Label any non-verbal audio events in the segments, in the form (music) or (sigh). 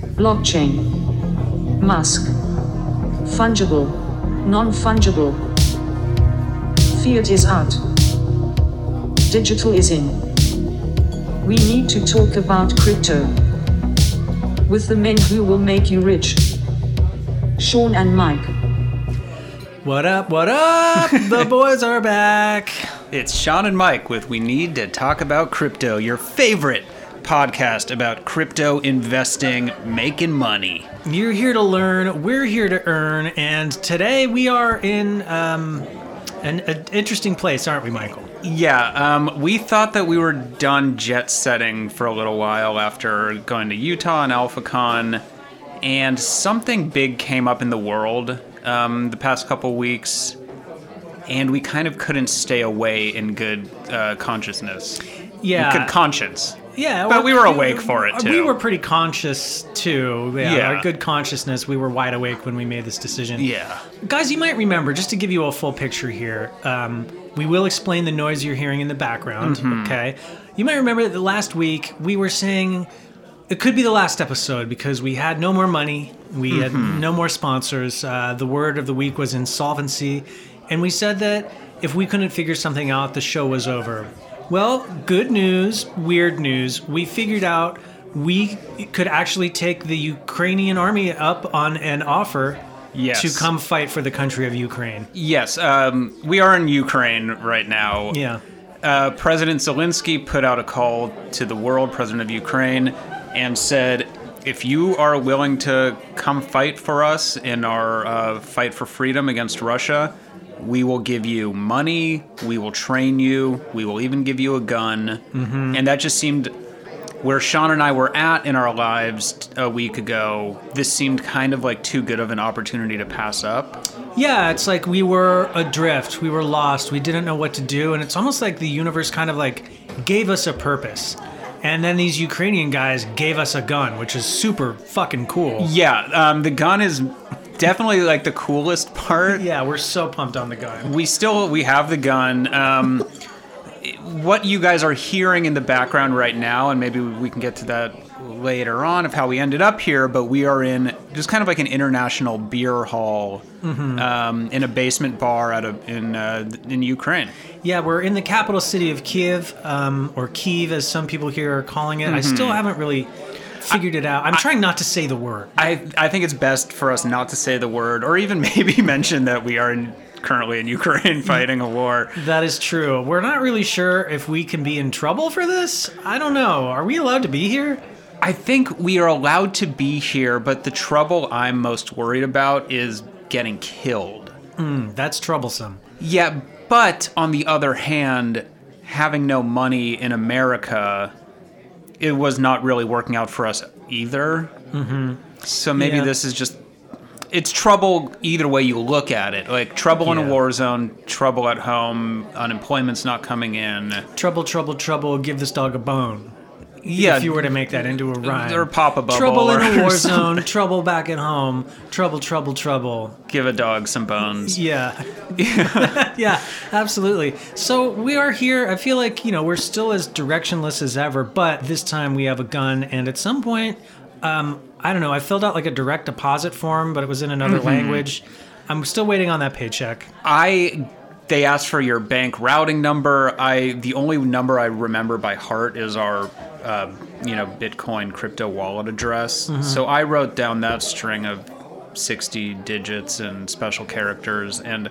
blockchain, Musk, fungible, non fungible, fiat is out, digital is in. We need to talk about crypto with the men who will make you rich Sean and Mike. What up? What up? (laughs) the boys are back. It's Sean and Mike with We Need to Talk About Crypto, your favorite podcast about crypto investing, making money. You're here to learn. We're here to earn. And today we are in um, an, an interesting place, aren't we, Michael? Yeah, um, we thought that we were done jet setting for a little while after going to Utah and AlphaCon, and something big came up in the world um, the past couple weeks, and we kind of couldn't stay away in good uh, consciousness. Yeah. Good conscience. yeah. but or- we were awake for it, We too. were pretty conscious, too. Yeah. Yeah. Our good consciousness. We were wide awake when we made this decision. Yeah. Guys, you might remember, just to give you a full picture here, um, we will explain the noise you're hearing in the background, Mm-hmm. okay? You might remember that last week we were saying it could be the last episode because we had no more money, we Mm-hmm. had no more sponsors. Uh, the word of the week was insolvency, and we said that if we couldn't figure something out, the show was over. Well, good news, weird news, we figured out we could actually take the Ukrainian army up on an offer Yes. to come fight for the country of Ukraine. Yes, um, we are in Ukraine right now. Yeah. uh, President Zelensky put out a call to the world, President of Ukraine, and said, if you are willing to come fight for us in our uh, fight for freedom against Russia, we will give you money, we will train you, we will even give you a gun. And that just seemed where Sean and I were at in our lives t- a week ago. This seemed kind of like too good of an opportunity to pass up. Yeah, it's like we were adrift, we were lost, we didn't know what to do, and it's almost like the universe kind of like gave us a purpose. And then these Ukrainian guys gave us a gun, which is super fucking cool. Yeah, um, the gun is definitely like the coolest part. Yeah, we're so pumped on the gun. we still we have the gun um, what you guys are hearing in the background right now and maybe we can get to that later on of how we ended up here but we are in just kind of like an international beer hall Mm-hmm. um, in a basement bar out of in uh, in ukraine Yeah, we're in the capital city of Kiev, um, or Kiev as some people here are calling it. I Mm-hmm. still haven't really figured it out. I'm trying not to say the word. I, I think it's best for us not to say the word or even (laughs) maybe mention that we are in, currently in ukraine fighting a war That is true. We're not really sure if we can be in trouble for this. I don't know. Are we allowed to be here? I think we are allowed to be here, but the trouble I'm most worried about is getting killed. Hmm, That's troublesome. Yeah, but on the other hand, having no money in America, it was not really working out for us either. Mm-hmm. So maybe Yeah. this is just. It's trouble either way you look at it. Like trouble in Yeah. a war zone, trouble at home, unemployment's not coming in. Trouble, trouble, trouble. Give this dog a bone. Yeah, If you were to make that into a rhyme. Or pop a bubble Trouble in a or war zone. Trouble back at home. Trouble, trouble, trouble. give a dog some bones. (laughs) Yeah. (laughs) yeah, absolutely. So we are here. I feel like, you know, we're still as directionless as ever, but this time we have a gun. And at some point, um, I don't know, I filled out like a direct deposit form, but it was in another Mm-hmm. language. I'm still waiting on that paycheck. I they asked for your bank routing number. I the only number I remember by heart is our uh, you know Bitcoin crypto wallet address. So I wrote down that string of sixty digits and special characters and.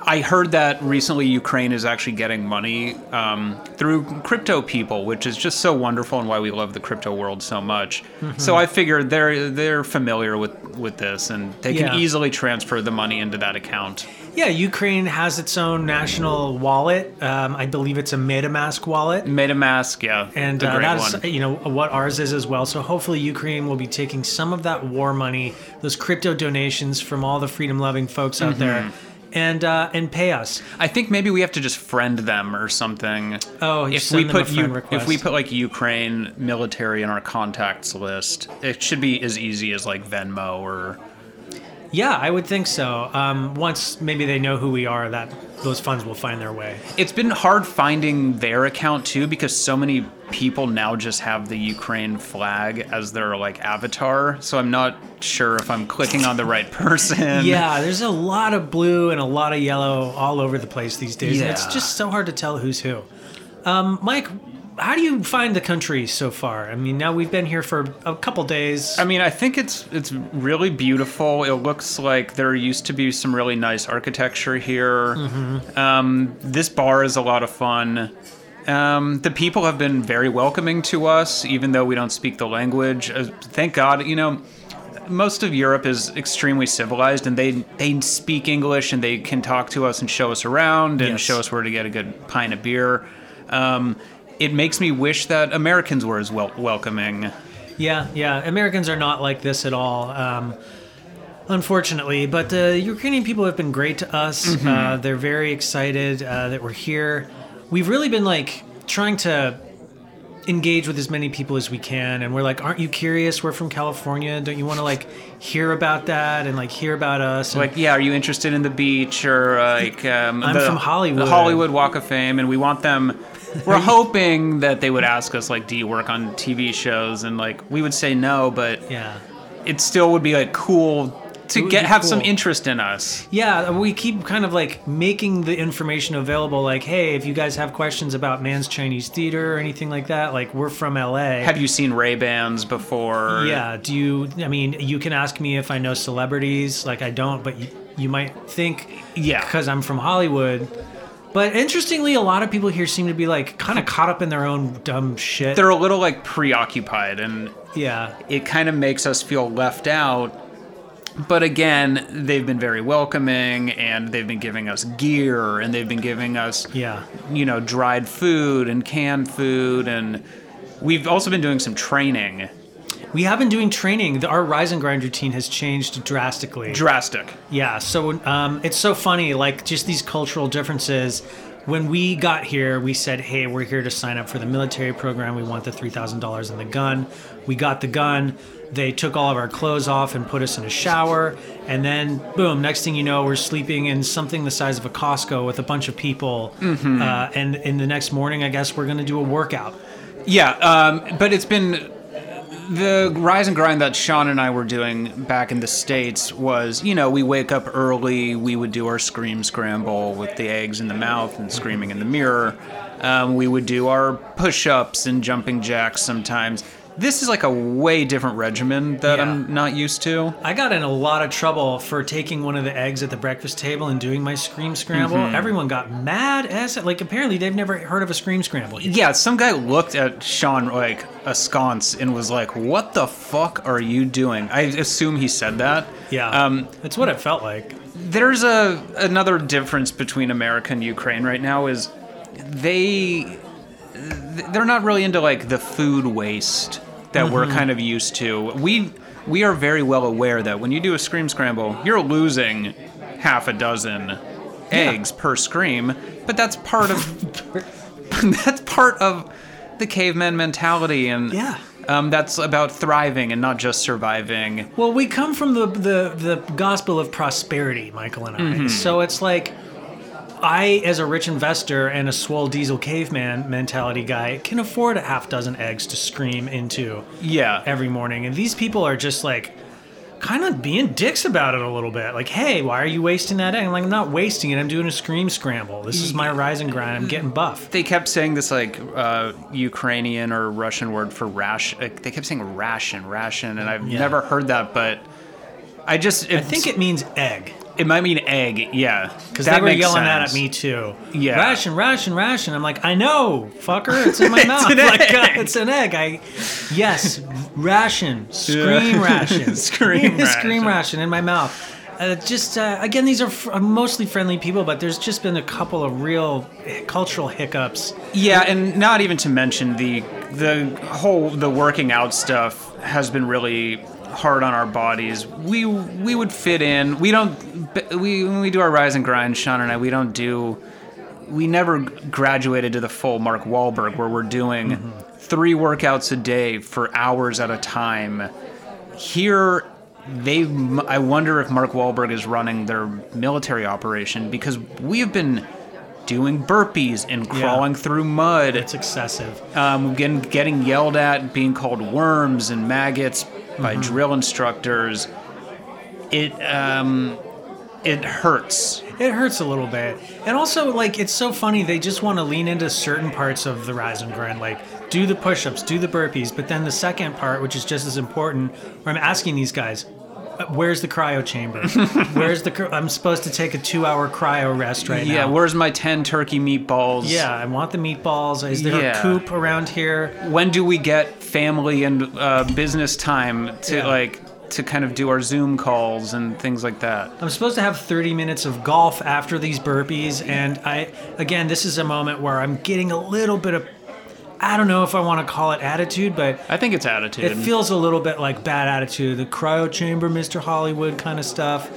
I heard that recently Ukraine is actually getting money um, through crypto people, which is just so wonderful and why we love the crypto world so much. So I figured they're they're familiar with, with this and they Yeah. can easily transfer the money into that account. Yeah, Ukraine has its own national wallet. Um, I believe it's a MetaMask wallet. MetaMask, yeah, and a uh, great that's one. you know what ours is as well. So hopefully Ukraine will be taking some of that war money, those crypto donations from all the freedom-loving folks out there, Mm-hmm. and uh, and pay us. I think maybe we have to just friend them or something. Oh, if send we them a put friend U- request. if we put like Ukraine military in our contacts list, it should be as easy as like Venmo or Yeah, I would think so. Um, once maybe they know who we are, that those funds will find their way. It's been hard finding their account too because so many people now just have the Ukraine flag as their like avatar. So I'm not sure if I'm clicking on the right person. Yeah, there's a lot of blue and a lot of yellow all over the place these days. And it's Yeah. just so hard to tell who's who. Um, Mike, how do you find the country so far? I mean, now we've been here for a couple days. I mean, I think it's it's really beautiful. It looks like there used to be some really nice architecture here. Um, this bar is a lot of fun. Um, the people have been very welcoming to us, even though we don't speak the language. Uh, thank God, you know. Most of Europe is extremely civilized, and they they speak English and they can talk to us and show us around and Yes. show us where to get a good pint of beer. Um, it makes me wish that Americans were as wel- welcoming. Yeah, yeah. Americans are not like this at all, um, unfortunately. But the Ukrainian people have been great to us. Mm-hmm. Uh, they're very excited uh, that we're here. We've really been like trying to engage with as many people as we can and we're like aren't you curious we're from california don't you want to like hear about that and like hear about us and, Like, yeah, are you interested in the beach or like um, I'm the, from Hollywood. the Hollywood Walk of Fame? And we want them. We're hoping that they would ask us like, do you work on TV shows? And like, we would say no, but yeah it still would be like cool It to would get be have some cool. interest in us. Yeah, we keep kind of like making the information available. Like, hey, if you guys have questions about man's Chinese theater or anything like that, like we're from LA. Have you seen Ray Bans before? yeah, do you? I mean, you can ask me if I know celebrities. Like, I don't, but you, you might think, Yeah. because I'm from Hollywood. But interestingly, a lot of people here seem to be like kind of caught up in their own dumb shit. They're a little like preoccupied, and yeah, it kind of makes us feel left out. But again, they've been very welcoming, and they've been giving us gear, and they've been giving us yeah. you know, dried food and canned food. And we've also been doing some training. We have been doing training. The- Our rise and grind routine has changed drastically. Drastic. Yeah, so um, it's so funny, like just these cultural differences. When we got here, we said, "Hey, we're here to sign up for the military program. We want the three thousand dollars and the gun." We got the gun. They took all of our clothes off and put us in a shower, and then boom! Next thing you know, we're sleeping in something the size of a Costco with a bunch of people. Uh, and in the next morning, I guess we're gonna do a workout. Yeah, um, but it's been the rise and grind that Sean and I were doing back in the States was, you know, we wake up early, we would do our scream scramble with the eggs in the mouth and screaming in the mirror. Um, we would do our push ups and jumping jacks sometimes. This is like a way different regimen that Yeah. I'm not used to. I got in a lot of trouble for taking one of the eggs at the breakfast table and doing my scream scramble. Everyone got mad as like apparently they've never heard of a scream scramble. Yeah, some guy looked at Sean like askance and was like, "What the fuck are you doing?" I assume he said that. Yeah, Um, that's what it felt like. there's a another difference between America and Ukraine right now is they they're not really into like the food waste that we're Mm-hmm. kind of used to. We we are very well aware that when you do a scream scramble, you're losing half a dozen eggs per scream, but that's part of (laughs) that's part of the caveman mentality and Yeah. um, that's about thriving and not just surviving. Well, we come from the the, the gospel of prosperity, Michael and I. Mm-hmm. So it's like I, as a rich investor and a swole diesel caveman mentality guy, can afford a half dozen eggs to scream into Yeah. every morning, and these people are just like kind of being dicks about it a little bit. Like, hey, why are you wasting that egg? I'm like, I'm not wasting it. I'm doing a scream scramble. This is my rise and grind. I'm getting buff. they kept saying this like uh, Ukrainian or Russian word for rash. Like, they kept saying ration, ration, and I've Yeah. never heard that. But I just I think it means egg. it might mean egg. Yeah, Because That they were makes yelling that at sense. me too. Yeah. Ration, ration, ration. I'm like, I know, fucker. It's (laughs) in my mouth. an (laughs) like, uh, egg. it's an egg. I, yes, ration, scream (laughs) Yeah. ration, Scream (laughs) scream ration. ration in my mouth. Uh, just uh, again, these are fr- mostly friendly people, but there's just been a couple of real cultural hiccups. Yeah, and not even to mention the the whole the working out stuff has been really hard on our bodies. We we would fit in. We don't b- we when we do our rise and grind, Sean and I, we don't do we never graduated to the full Mark Wahlberg where we're doing three workouts a day for hours at a time. Here they I wonder if Mark Wahlberg is running their military operation because we have been doing burpees and crawling through mud, It's excessive. um, getting getting yelled at, being called worms and maggots by Mm-hmm. drill instructors. It um, it hurts. It hurts a little bit. And also, like, it's so funny. They just want to lean into certain parts of the rise and grind, like do the push ups, do the burpees. But then the second part, which is just as important, where I'm asking these guys, "Uh, where's the cryo (laughs) chamber? where's the. Cr- I'm supposed to take a two hour cryo rest right yeah, now. where's my ten turkey meatballs? yeah, I want the meatballs. Is there Yeah. a coop around here? when do we get family and uh, business time to Yeah. like to kind of do our Zoom calls and things like that? I'm supposed to have 30 minutes of golf after these burpees. And I, again, this is a moment where I'm getting a little bit of, I don't know if I want to call it attitude, but I think it's attitude. It feels a little bit like bad attitude, the cryo chamber, Mr. Hollywood kind of stuff.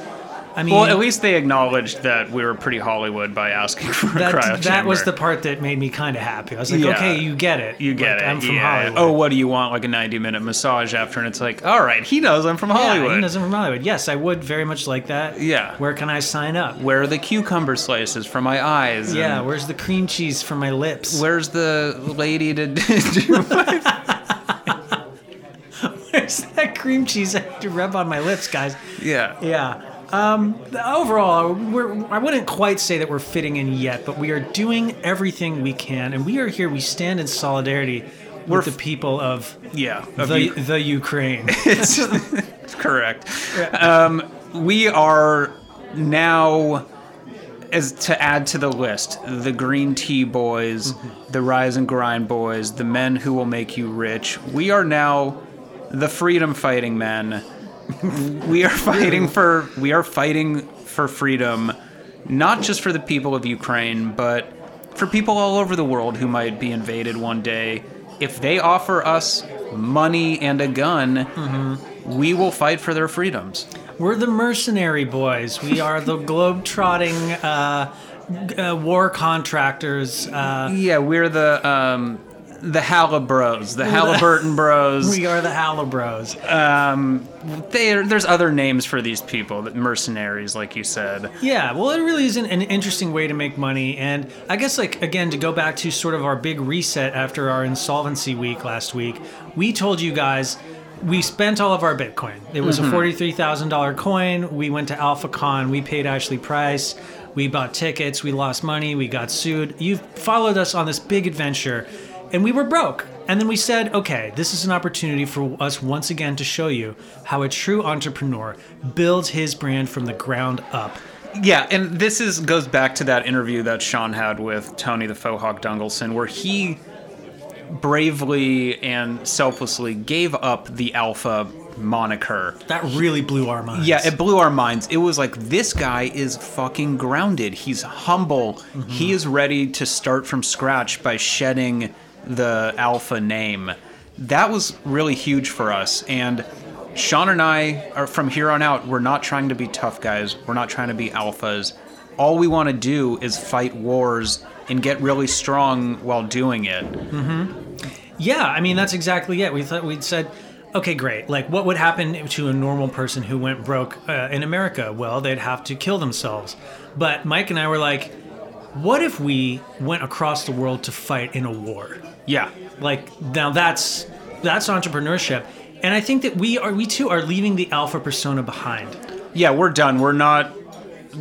I mean, well, at least they acknowledged that we were pretty Hollywood by asking (laughs) for a cryo that, that was the chamber. part that made me kind of happy. I was like, Yeah. okay, you get it. you get Like, it. I'm from yeah. Hollywood. Oh, what do you want? Like a ninety-minute massage after, and it's like, all right, he knows I'm from Hollywood. Yeah, he knows I'm from Hollywood. Yes, I would very much like that. (laughs) Yeah. Where can I sign up? Where are the cucumber slices for my eyes? Yeah, And where's the cream cheese for my lips? where's the lady to do? Where's that cream cheese I have to rub on my lips, guys? yeah. Yeah. Um, the- overall, we're, I wouldn't quite say that we're fitting in yet, but we are doing everything we can, and we are here. We stand in solidarity with the people of Yeah. Of the, you- the Ukraine. (laughs) it's, it's correct. Um, we are now, as to add to the list, the Green Tea Boys, the Rise and Grind Boys, the Men Who Will Make You Rich. We are now the freedom fighting men. we are fighting for we are fighting for freedom, not just for the people of Ukraine, but for people all over the world who might be invaded one day. If they offer us money and a gun, we will fight for their freedoms. we're the mercenary boys. We are the globetrotting uh, g- uh, war contractors. Uh, Yeah, we're the um, the Hallibros, the Halliburton (laughs) Bros. we are the Halibros. Um, they there's other names for these people, that mercenaries, like you said. Yeah, well, it really is an, an interesting way to make money. And I guess, like, again, to go back to sort of our big reset after our insolvency week last week, we told you guys we spent all of our Bitcoin. It was a $43,000 coin. We went to AlphaCon, we paid Ashley Price, we bought tickets, we lost money, we got sued. You've followed us on this big adventure, and we were broke. And then we said, okay, this is an opportunity for us once again to show you how a true entrepreneur builds his brand from the ground up. Yeah, and this is goes back to that interview that Sean had with Tony the Fohawk Dungelson, where he bravely and selflessly gave up the alpha moniker. That really blew our minds. Yeah, it blew our minds. It was like this guy is fucking grounded. He's humble. Mm-hmm. He is ready to start from scratch by shedding the alpha name. That was really huge for us. And Sean and I are from here on out, we're not trying to be tough guys. We're not trying to be alphas. All we want to do is fight wars and get really strong while doing it. mm-hmm. yeah, I mean that's exactly it. We thought we'd said, okay, great. Like, what would happen to a normal person who went broke uh, in America? Well, they'd have to kill themselves. But Mike and I were like, what if we went across the world to fight in a war? Yeah. Like, now that's that's entrepreneurship. And I think that we are we too are leaving the alpha persona behind. Yeah, we're done. We're not.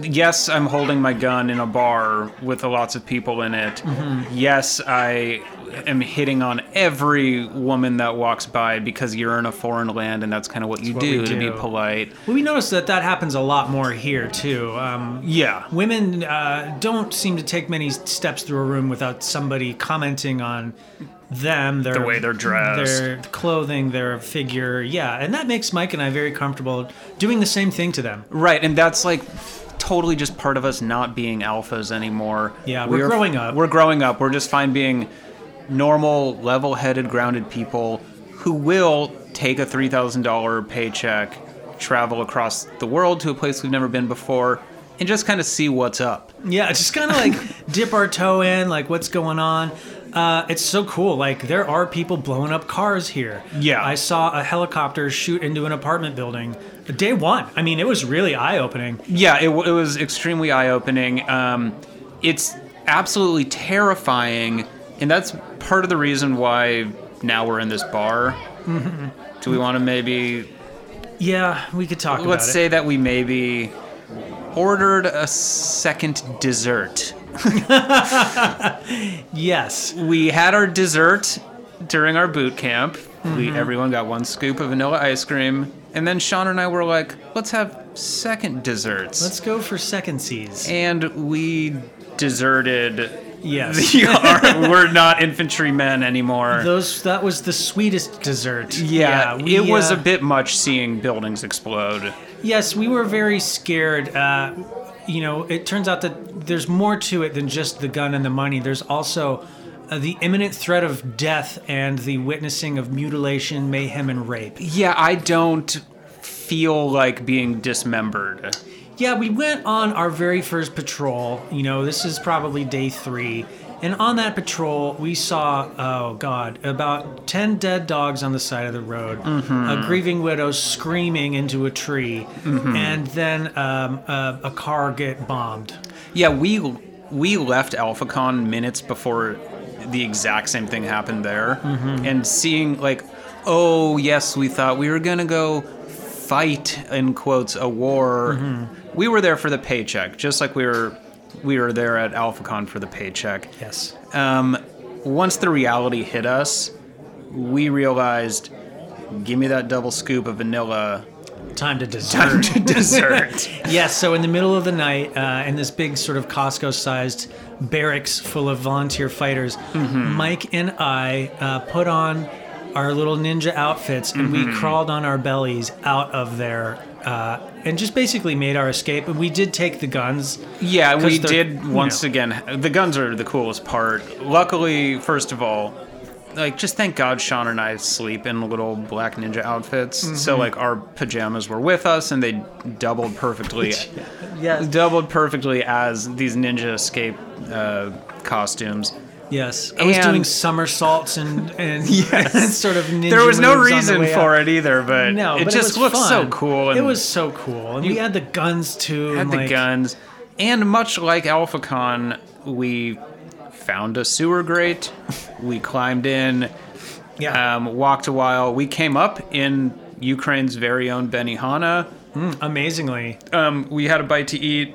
Yes, I'm holding my gun in a bar with lots of people in it. Mm-hmm. Yes, I am hitting on every woman that walks by because you're in a foreign land and that's kind of what you what do, we to be do. polite. Well, we noticed that that happens a lot more here too. Um, Yeah. Women uh, don't seem to take many steps through a room without somebody commenting on them, their The way they're dressed. their clothing, their figure. Yeah, and that makes Mike and I very comfortable doing the same thing to them. Right, and that's like totally just part of us not being alphas anymore. Uh, Yeah, we're growing up. We're growing up. We're just fine being normal, level headed, grounded people who will take a $3,000 paycheck, travel across the world to a place we've never been before, and just kind of see what's up. (laughs) Yeah, just kind of like dip our toe in, like what's going on. Uh, it's so cool. Like there are people blowing up cars here. Yeah. I saw a helicopter shoot into an apartment building. Day one. I mean, it was really eye opening. yeah, it, w- it was extremely eye opening. Um, it's absolutely terrifying, and that's part of the reason why now we're in this bar. Do we want to maybe (laughs) Yeah, we could talk Hmm. about let's it. say that we maybe ordered a second dessert? (laughs) yes. We had our dessert during our boot camp. Mm-hmm. We everyone got one scoop of vanilla ice cream, and then Sean and I were like, "Let's have second desserts." Let's go for second seas. and we deserted Yes. (laughs) We are. We're not infantrymen anymore. Those that was the sweetest dessert. yeah, we, it was uh, a bit much seeing buildings explode. Yes, we were very scared. Uh, you know, it turns out that there's more to it than just the gun and the money. There's also uh, the imminent threat of death and the witnessing of mutilation, mayhem, and rape. Yeah, I don't feel like being dismembered. Yeah, we went on our very first patrol. You know, this is probably day three. And on that patrol, we saw, oh God, about 10 dead dogs on the side of the road, a grieving widow screaming into a tree, and then um, a, a car get bombed. Yeah, we we left AlphaCon minutes before the exact same thing happened there, and seeing like, oh yes, we thought we were gonna go fight in quotes a war. We were there for the paycheck, just like we were we were there at AlphaCon for the paycheck. Yes. Um, once the reality hit us, we realized, give me that double scoop of vanilla Time to dessert. (laughs) to dessert. yes, so in the middle of the night, uh, in this big sort of Costco sized barracks full of volunteer fighters, Mm-hmm. Mike and I uh, put on our little ninja outfits and Mm-hmm. we crawled on our bellies out of there uh, and just basically made our escape. And we did take the guns. Yeah, we 'Cause they're- did once you again. The guns are the coolest part. Luckily, first of all, like just thank God Sean and I sleep in little black ninja outfits. So Mm-hmm. like our pajamas were with us and they doubled perfectly. (laughs) Yes. doubled perfectly as these ninja escape uh, costumes. Yes. I was And- doing somersaults and, (laughs) and, and (laughs) sort of ninja There was no moves on the reason way for up. it either, but No, it but just was looks so fun. cool. And it was so cool, and we had the guns too. had and the like, guns, and much like AlphaCon, we found a sewer grate. we climbed in. Yeah, um, walked a while. We came up in Ukraine's very own Benihana. Mm, amazingly. Um, we had a bite to eat,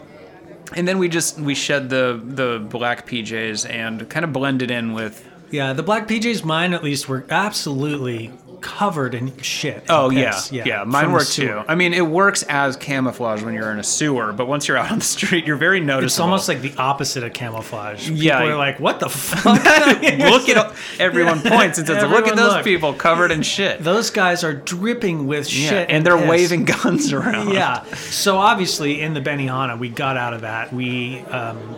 and then we just we shed the the black PJs and kind of blended in with. Yeah, the black PJs, mine at least, were absolutely covered in shit. and Oh piss. yeah, yeah, mine from were the sewer. too. I mean, it works as camouflage when you're in a sewer, but once you're (laughs) out on the street, you're very noticeable. It's almost like the opposite of camouflage. People Yeah. are like, what the fuck? (laughs) look (laughs) at everyone points and says, "Look at Everyone those look. people covered in shit." Those guys are dripping with yeah, shit, and they're piss. waving (laughs) guns around. Yeah. So obviously, in the Benihana, we got out of that. We um,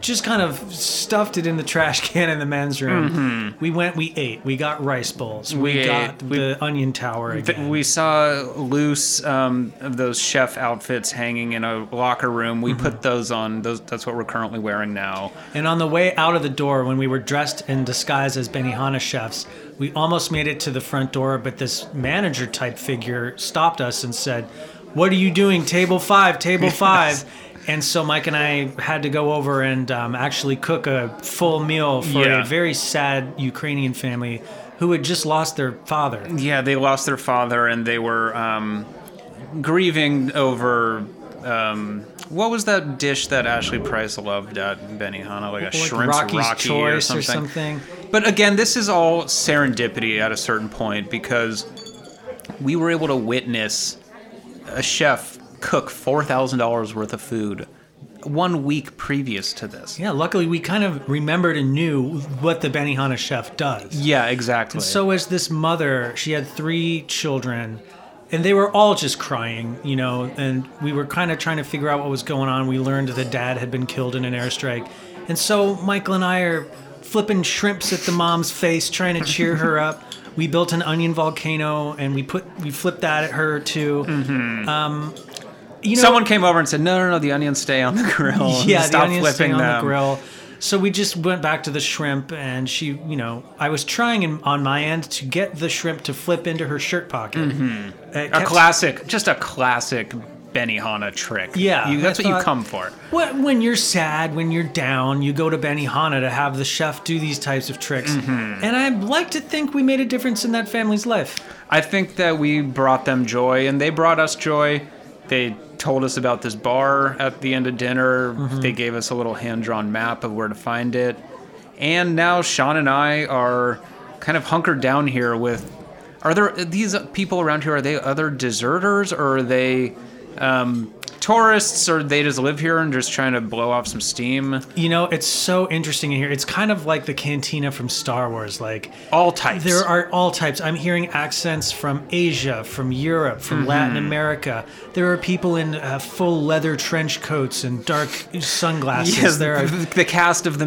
just kind of stuffed it in the trash (laughs) can in the men's room. We went, we ate, we got rice bowls, we, Mm-hmm. We got ate, we- the onion tower Th- again. we saw loose um, of those chef outfits hanging in a locker room. Mm-hmm. We put those on. Those that's what we're currently wearing now. And on the way out of the door, when we were dressed in disguise as Benihana chefs, we almost made it to the front door, but this manager type figure stopped us and said, What are you doing? Table five, table five. And so Mike and I had to go over and um, actually cook a full meal for Yeah. a very sad Ukrainian family who had just lost their father. Yeah, they lost their father and they were um, grieving over. Um, what was that dish that Ashley Price loved at Benihana? Like a Like shrimp Rocky's Rocky or choice something. something. But again, this is all serendipity at a certain point because we were able to witness a chef cook four thousand dollars worth of food one week previous to this. Yeah, luckily we kind of remembered and knew what the Benihana chef does. Yeah, exactly. So as this mother, she had three children, and they were all just crying, you know. And we were kind of trying to figure out what was going on. We learned that dad had been killed in an airstrike, and so Michael and I are flipping shrimps at the mom's face, trying to cheer her up. We built an onion volcano, and we put we flipped that at her too. Um, Mm-hmm. you know, someone came over and said, "No, no, no, the onions stay on the grill. (laughs) yeah, Stop the onions flipping stay on them." the grill. So we just went back to the shrimp, and she, you know, I was trying in, on my end to get the shrimp to flip into her shirt pocket. Uh, it Mm-hmm. A kept- classic, just a classic Benihana trick. Yeah, You- that's I what you thought- come for. When when you're sad, when you're down, you go to Benihana to have the chef do these types of tricks. Mm-hmm. And I'd like to think we made a difference in that family's life. I think that we brought them joy, and they brought us joy. They told us about this bar at the end of dinner. They gave us a little hand-drawn map of where to find it. And now Sean and I are kind of hunkered down here with. Are there these people around here? Are they other deserters, or are they um, tourists, or they just live here and just trying to blow off some steam? You know, it's so interesting in here. It's kind of like the cantina from Star Wars. Like All types. there are all types. I'm hearing accents from Asia, from Europe, Mm-hmm. from Latin America. There are people in uh, full leather trench coats and dark sunglasses. Yes, there are the, the cast of The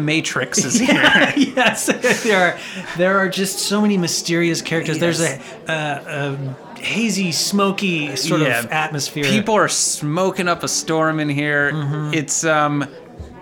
(laughs) Matrix is here. yes, there are. There are just so many mysterious characters. There's a, a, a hazy, smoky sort of atmosphere. Mm-hmm. People are smoking up a storm in here. It's um,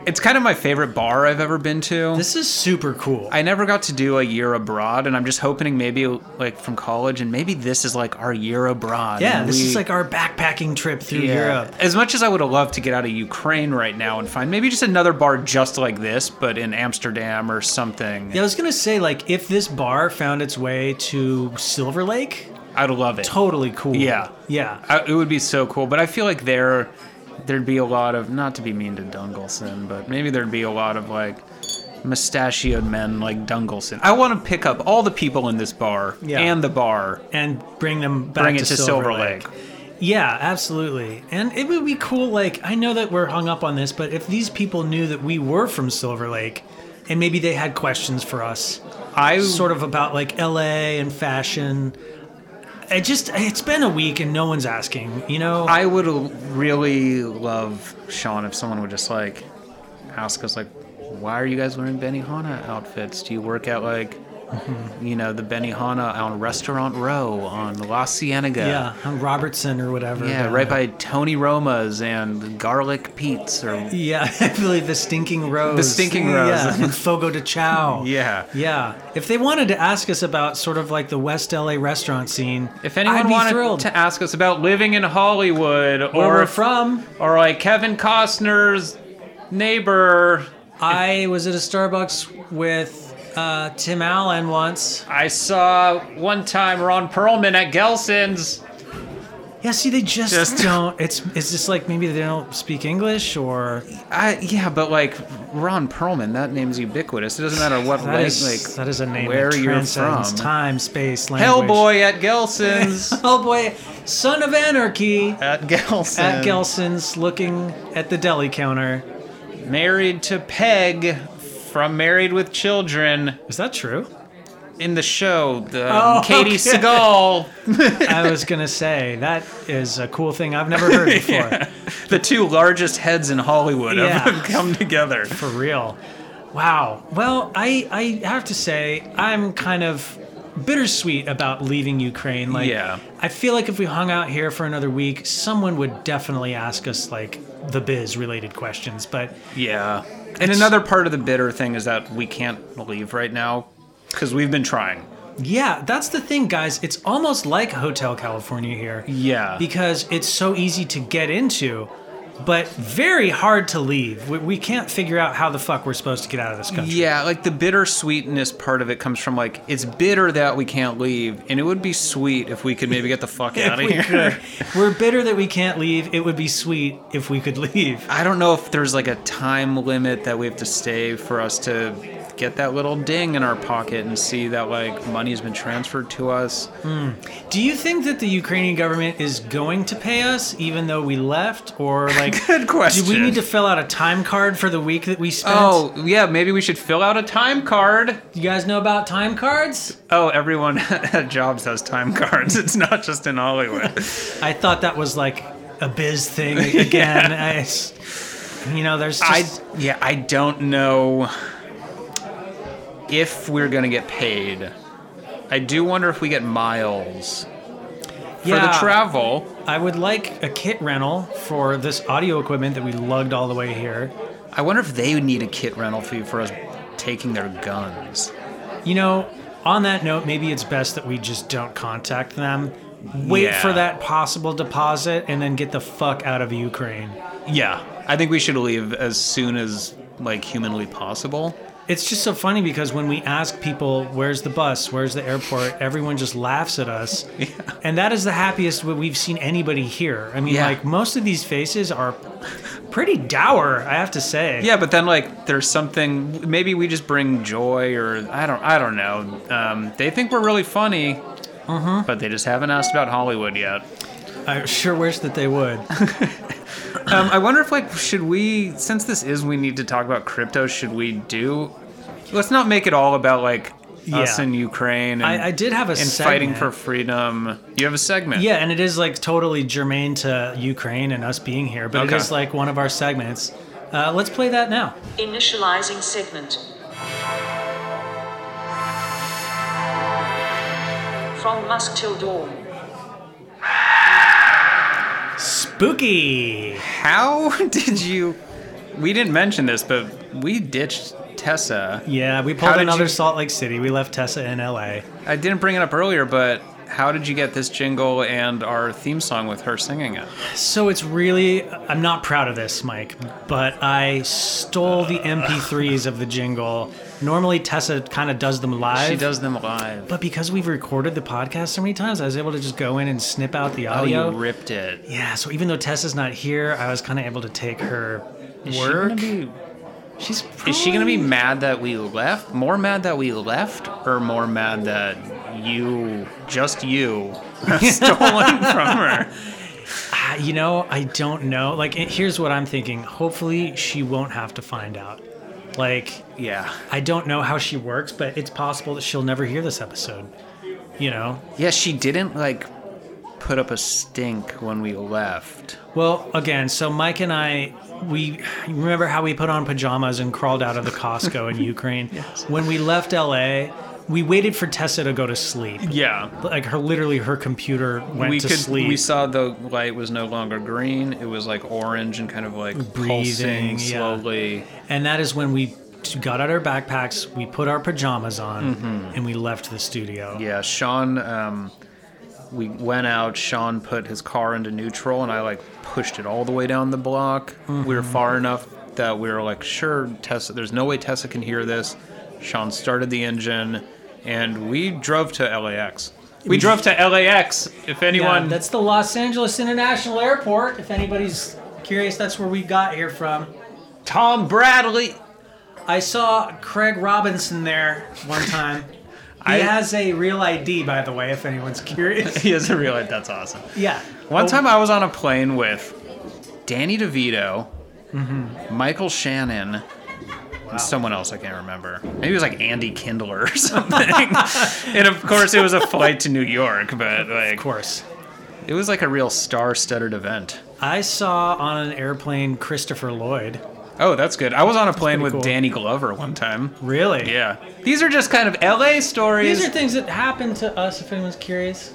it's kind of my favorite bar I've ever been to. This is super cool. I never got to do a year abroad, and I'm just hoping maybe like from college, and maybe this is like our year abroad. yeah, and this is we- like our backpacking trip through Yeah. Europe. As much as I would have loved to get out of Ukraine right now and find maybe just another bar just like this, but in Amsterdam or something, Yeah, I was gonna say like if this bar found its way to Silver Lake, I'd love it. totally cool. Yeah. yeah. I, it would be so cool, but I feel like there there'd be a lot of not to be mean to Dungleson, but maybe there'd be a lot of like mustachioed men like Dungleson. I want to pick up all the people in this bar Yeah. and the bar. and bring them back Bring to, it to Silver, Silver Lake. Lake. Yeah, absolutely. And it would be cool. Like I know that we're hung up on this, but if these people knew that we were from Silver Lake, and maybe they had questions for us, I sort of about like LA and fashion. It just it's been a week and no one's asking. You know, I would l- really love Sean if someone would just like ask us like, why are you guys wearing Benihana outfits? Do you work at like Mm-hmm. you know the Benihana on Restaurant Row on La Cienega? yeah, on Robertson or whatever. Yeah, down right there. by Tony Roma's and Garlic Pete's or Yeah, (laughs) I believe the stinking rose. The stinking Yeah, rose. and Fogo de Chao. (laughs) Yeah. yeah. If they wanted to ask us about sort of like the West LA restaurant scene, If anyone I'd be wanted thrilled. to ask us about living in Hollywood where or we're from, or like Kevin Costner's neighbor, I was at a Starbucks with uh, Tim Allen once. I saw one time Ron Perlman at Gelson's. Yeah, see, they just, Just- don't. It's it's just like maybe they don't speak English or I, yeah, but like Ron Perlman, that name's ubiquitous. It doesn't matter what that way, is like that is a name where that you're from. transcends time, space, language. Hellboy at Gelson's. (laughs) Hellboy, son of anarchy. at Gelson's. At Gelson's, looking at the deli counter. Married to Peg from Married with Children. Is that true? in the show, the Oh, Katie okay. Seagal, I was gonna say that is a cool thing I've never (laughs) heard before. the two largest heads in Hollywood Yeah. have (laughs) come together. For real. Wow. Well, I I have to say I'm kind of bittersweet about leaving Ukraine. Like Yeah. I feel like if we hung out here for another week, someone would definitely ask us like the biz related questions. But Yeah. And another part of the bitter thing is that we can't leave right now because we've been trying. yeah, that's the thing, guys. It's almost like Hotel California here. Yeah. because it's so easy to get into, but very hard to leave. We, we can't figure out how the fuck we're supposed to get out of this country. yeah, like the bittersweetness part of it comes from like it's bitter that we can't leave, and it would be sweet if we could maybe get the (laughs) fuck If out of we here. could. We're bitter that we can't leave. It would be sweet if we could (laughs) leave. (laughs) I don't know if there's like a time limit that we have to stay for us to get that little ding in our pocket and see that like money's been transferred to us. Hmm, Do you think that the Ukrainian government is going to pay us even though we left? Or, (laughs) like, Good question. do we need to fill out a time card for the week that we spent? Oh, yeah, maybe we should fill out a time card. You guys know about time cards? Oh, everyone (laughs) at jobs has time cards. It's not just in Hollywood. (laughs) I thought that was like a biz (laughs) thing again. I s- you know, there's I just. yeah, I don't know if we're going to get paid. I do wonder if we get miles for the Yeah. travel. I would like a kit rental for this audio equipment that we lugged all the way here. I wonder if they would need a kit rental fee for us taking their guns. You know, on that note, maybe it's best that we just don't contact them. Wait Yeah. for that possible deposit and then get the fuck out of Ukraine. Yeah, I think we should leave as soon as like humanly possible. It's just so funny because when we ask people, where's the bus? Where's the airport? Everyone just laughs at (laughs) us. And that is the happiest we- we've seen anybody here. I mean, Yeah. like, most of these faces are pretty dour, I have to say. Yeah, but then like there's something maybe we just bring joy or I don't I don't know. Um, they think we're really funny, but they just haven't asked about Hollywood yet. I sure wish that they would. Um, I wonder if like should we since this is we need to talk about crypto should we do? Let's not make it all about like us Yeah. in Ukraine and, I, I did have a and fighting segment. for freedom. You have a segment. Yeah, and it is like totally germane to Ukraine and us being here, but Okay. it is like one of our segments. Uh, let's play that now. Initializing segment. From Musk till dawn. Spooky. How (laughs) did you? We didn't mention this, but we ditched Tessa. Yeah, we How pulled did another you- Salt Lake City. We left Tessa in LA. I didn't bring it up earlier, but how did you get this jingle and our theme song with her singing it? So it's really, I'm not proud of this, Mike, but I stole the MP3s of the jingle. Normally, Tessa kind of does them live. She does them live. But because we've recorded the podcast so many times, I was able to just go in and snip out the Oh, audio. you ripped it. yeah, so even though Tessa's not here, I was kind of able to take her Is she work. gonna be- She's is she gonna be mad that we left? More mad that we left, or more mad that you, just you, (laughs) stolen from her? Ah, you know, I don't know. Like, it- here's what I'm thinking. Hopefully, she won't have to find out. Like, Yeah. I don't know how she works, but it's possible that she'll never hear this episode. You know? Yeah, she didn't like put up a stink when we left. Well, again, so Mike and I, we you remember how we put on pajamas and crawled out of the (laughs) Costco in Ukraine? Yes. When we left LA, we waited for Tessa to go to sleep. Yeah. Like, her literally, her computer went we to could sleep. we saw the light was no longer green it was like orange and kind of like Breathing, pulsing yeah. slowly And that is when we t- got out our backpacks, we put our pajamas on, and we left the studio. Mm-hmm. yeah sean um we went out sean put his car into neutral and i like pushed it all the way down the block we were far Mm-hmm. enough that we were like sure tessa there's no way tessa can hear this sean started the engine and we drove to lax we drove to lax if anyone Yeah, (laughs) that's the Los Angeles International Airport. If anybody's curious, that's where we got here from. tom bradley I saw Craig Robinson there one (laughs) time. He I- has a real ID, by the way, if anyone's (laughs) curious. he doesn't realize that's awesome yeah. One Oh, time I was on a plane with Danny DeVito, Michael Shannon, and someone else I can't remember. Maybe it was like Andy Kindler or (laughs) something. and of course, it was a flight to New York, but like Of course. it was like a real star-studded event. I saw on an airplane Christopher Lloyd. Oh, that's good. I was on a plane with cool. Danny Glover one time. Really? Yeah, these are just kind of LA stories. These are things that happen to us if anyone's curious.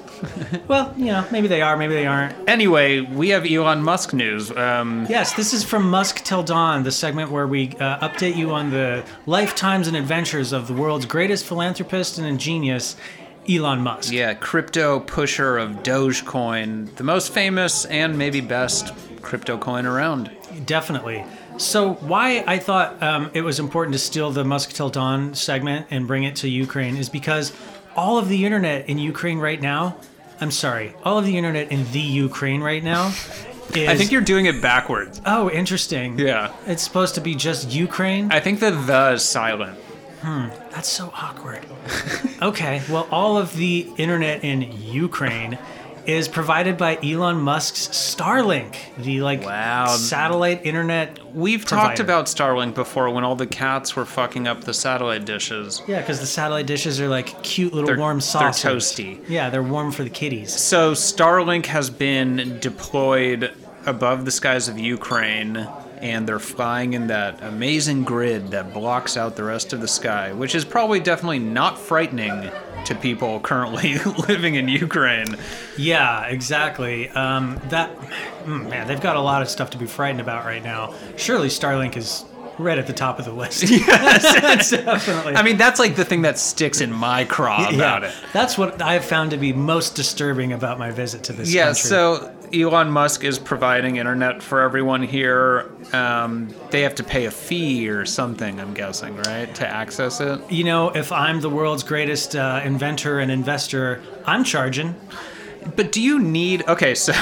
well, you know, maybe they are, maybe they aren't. anyway, we have Elon Musk news. Um, Yes, this is from Musk Till Dawn, the segment where we uh, update you on the lifetimes and adventures of the world's greatest philanthropist and genius, Elon Musk. Yeah, crypto pusher of Dogecoin, the most famous and maybe best crypto coin around. Definitely. So, why I thought um, it was important to steal the Musk Till Dawn segment and bring it to Ukraine is because all of the internet in Ukraine right now, I'm sorry, all of the internet in the Ukraine right (laughs) now is. I think you're doing it backwards. Oh, interesting. Yeah. It's supposed to be just Ukraine? I think the the is silent. hmm. That's so awkward. okay, well, all of the internet in Ukraine is provided by Elon Musk's Starlink, the like Wow. satellite internet. We've talked Provider. about Starlink before when all the cats were fucking up the satellite dishes. Yeah, because the satellite dishes are like cute little They're- warm they're sauces. toasty. Yeah, they're warm for the kitties. So Starlink has been deployed above the skies of Ukraine and they're flying in that amazing grid that blocks out the rest of the sky, which is probably definitely not frightening to people currently (laughs) living in Ukraine. Yeah, exactly. Um, that mm, man, they've got a lot of stuff to be frightened about right now. Surely Starlink is right at the top of the (laughs) list. (laughs) Yes, definitely. I mean, that's like the thing that sticks in my craw about it. That's what I have found to be most disturbing about my visit to this Yeah, country. so Elon Musk is providing internet for everyone here. Um, they have to pay a fee or something, I'm guessing, (laughs) right, to access it. you know, if I'm the world's greatest uh, inventor and investor, I'm charging. But do you need? Okay, so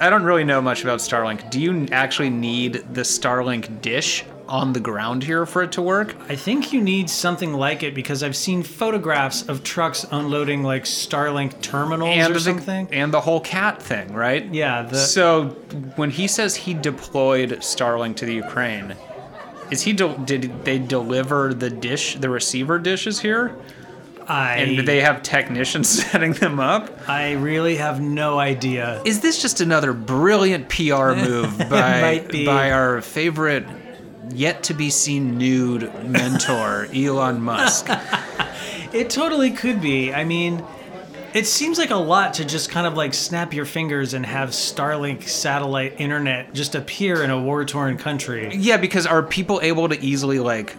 I don't really know much about Starlink. Do you actually need the Starlink dish on the ground here for it to work? I think you need something like it because I've seen photographs of trucks unloading like Starlink terminals or the- something. and the whole cat thing, right? Yeah, the- so when he says he deployed Starlink to the Ukraine, is he de- did they deliver the dish, the receiver dishes here, I and did they have technicians (laughs) setting them up? I really have no idea. Is this just another brilliant (laughs) PR move by might be. by our favorite? Yet to be seen nude mentor (laughs) Elon Musk. It totally could be. I mean, it seems like a lot to just kind of like snap your fingers and have Starlink satellite internet just appear in a war-torn country. Yeah, because are people able to easily like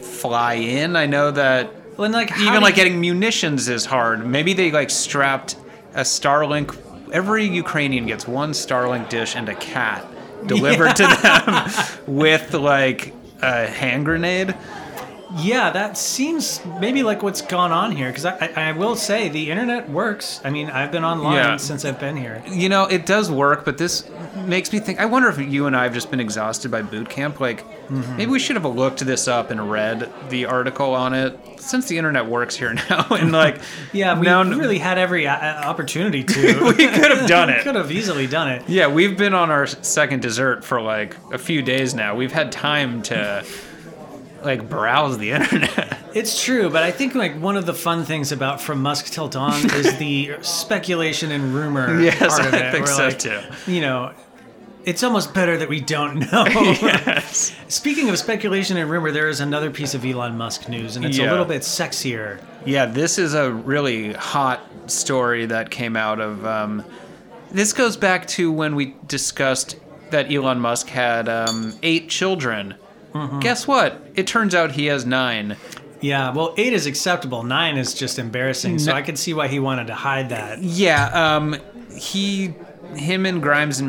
fly in? I know that Well, And like how even do like you- getting munitions is hard. Maybe they like strapped a Starlink. Every Ukrainian gets one Starlink dish and a cat delivered to (laughs) them with like a hand grenade. Yeah, that seems maybe like what's gone on here because I, I, I will say the internet works. I mean, I've been online Yeah. since I've been here. You know, it does work, but this makes me think. I wonder if you and I have just been exhausted by boot camp. Like, Hmm. maybe we should have looked this up and read the article on it since the internet works here (laughs) now. And like, Yeah, we now- really had every uh, opportunity to. (laughs) we could have done (laughs) it. Could have easily done it. Yeah, we've been on our second dessert for like a few days now. We've had time to like browse (laughs) the internet. It's true, but I think like one of the fun things about From Musk Till (laughs) Dawn is the speculation and rumor Yes, part of I it. think where, so, like, too. You know, it's almost better that we don't know. (laughs) (laughs) yes. Speaking of speculation and rumor, there is another piece of Elon Musk news, and it's a Yeah. little bit sexier. Yeah, this is a really hot story that came out of. Um, this goes back to when we discussed that Elon Musk had um, eight children. Guess what? It turns out he has nine. Hmm. Yeah, well, eight is acceptable. Nine is just embarrassing. So I could see why he wanted to hide that. Yeah, um, he, him, and Grimes and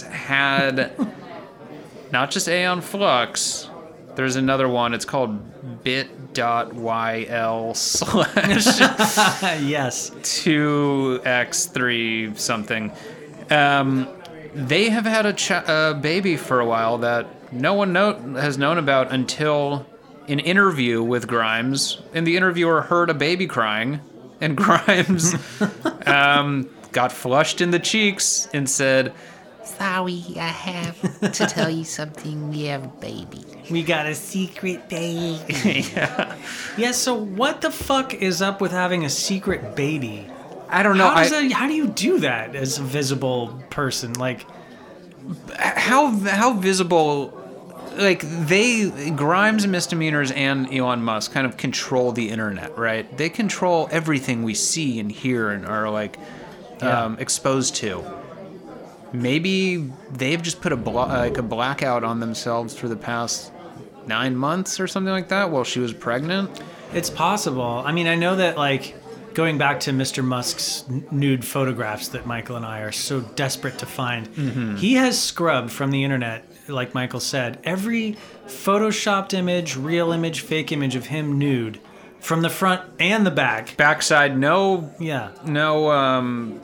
(laughs) had not just Aeon Flux. There's another one. It's called bit.yl (laughs) slash yes. two x three something. Um, they have had a, ch- a baby for a while that no one know- has known about until an interview with Grimes, and the interviewer heard a baby crying, and (laughs) Grimes um, got flushed in the cheeks and said, Sorry, I have (laughs) to tell you something. We have a baby. We got a secret baby. (laughs) yeah, Yeah, (laughs) so what the fuck is up with having a secret baby? "I don't know. how, does I- that, how do you do that as a visible person? Like, how how visible like they Grimes and misdemeanors and Elon Musk kind of control the internet, right? They control everything we see and hear and are like um, exposed to. Maybe they've just put a blo- like a blackout on themselves for the past nine months or something like that while she was pregnant. it's possible. I mean, I know that, like, going back to Mr. Musk's n- nude photographs that Michael and I are so desperate to find, Mm-hmm. he has scrubbed from the internet, like Michael said, every photoshopped image, real image, fake image of him nude from the front and the back. Backside, no, Yeah. no. Um,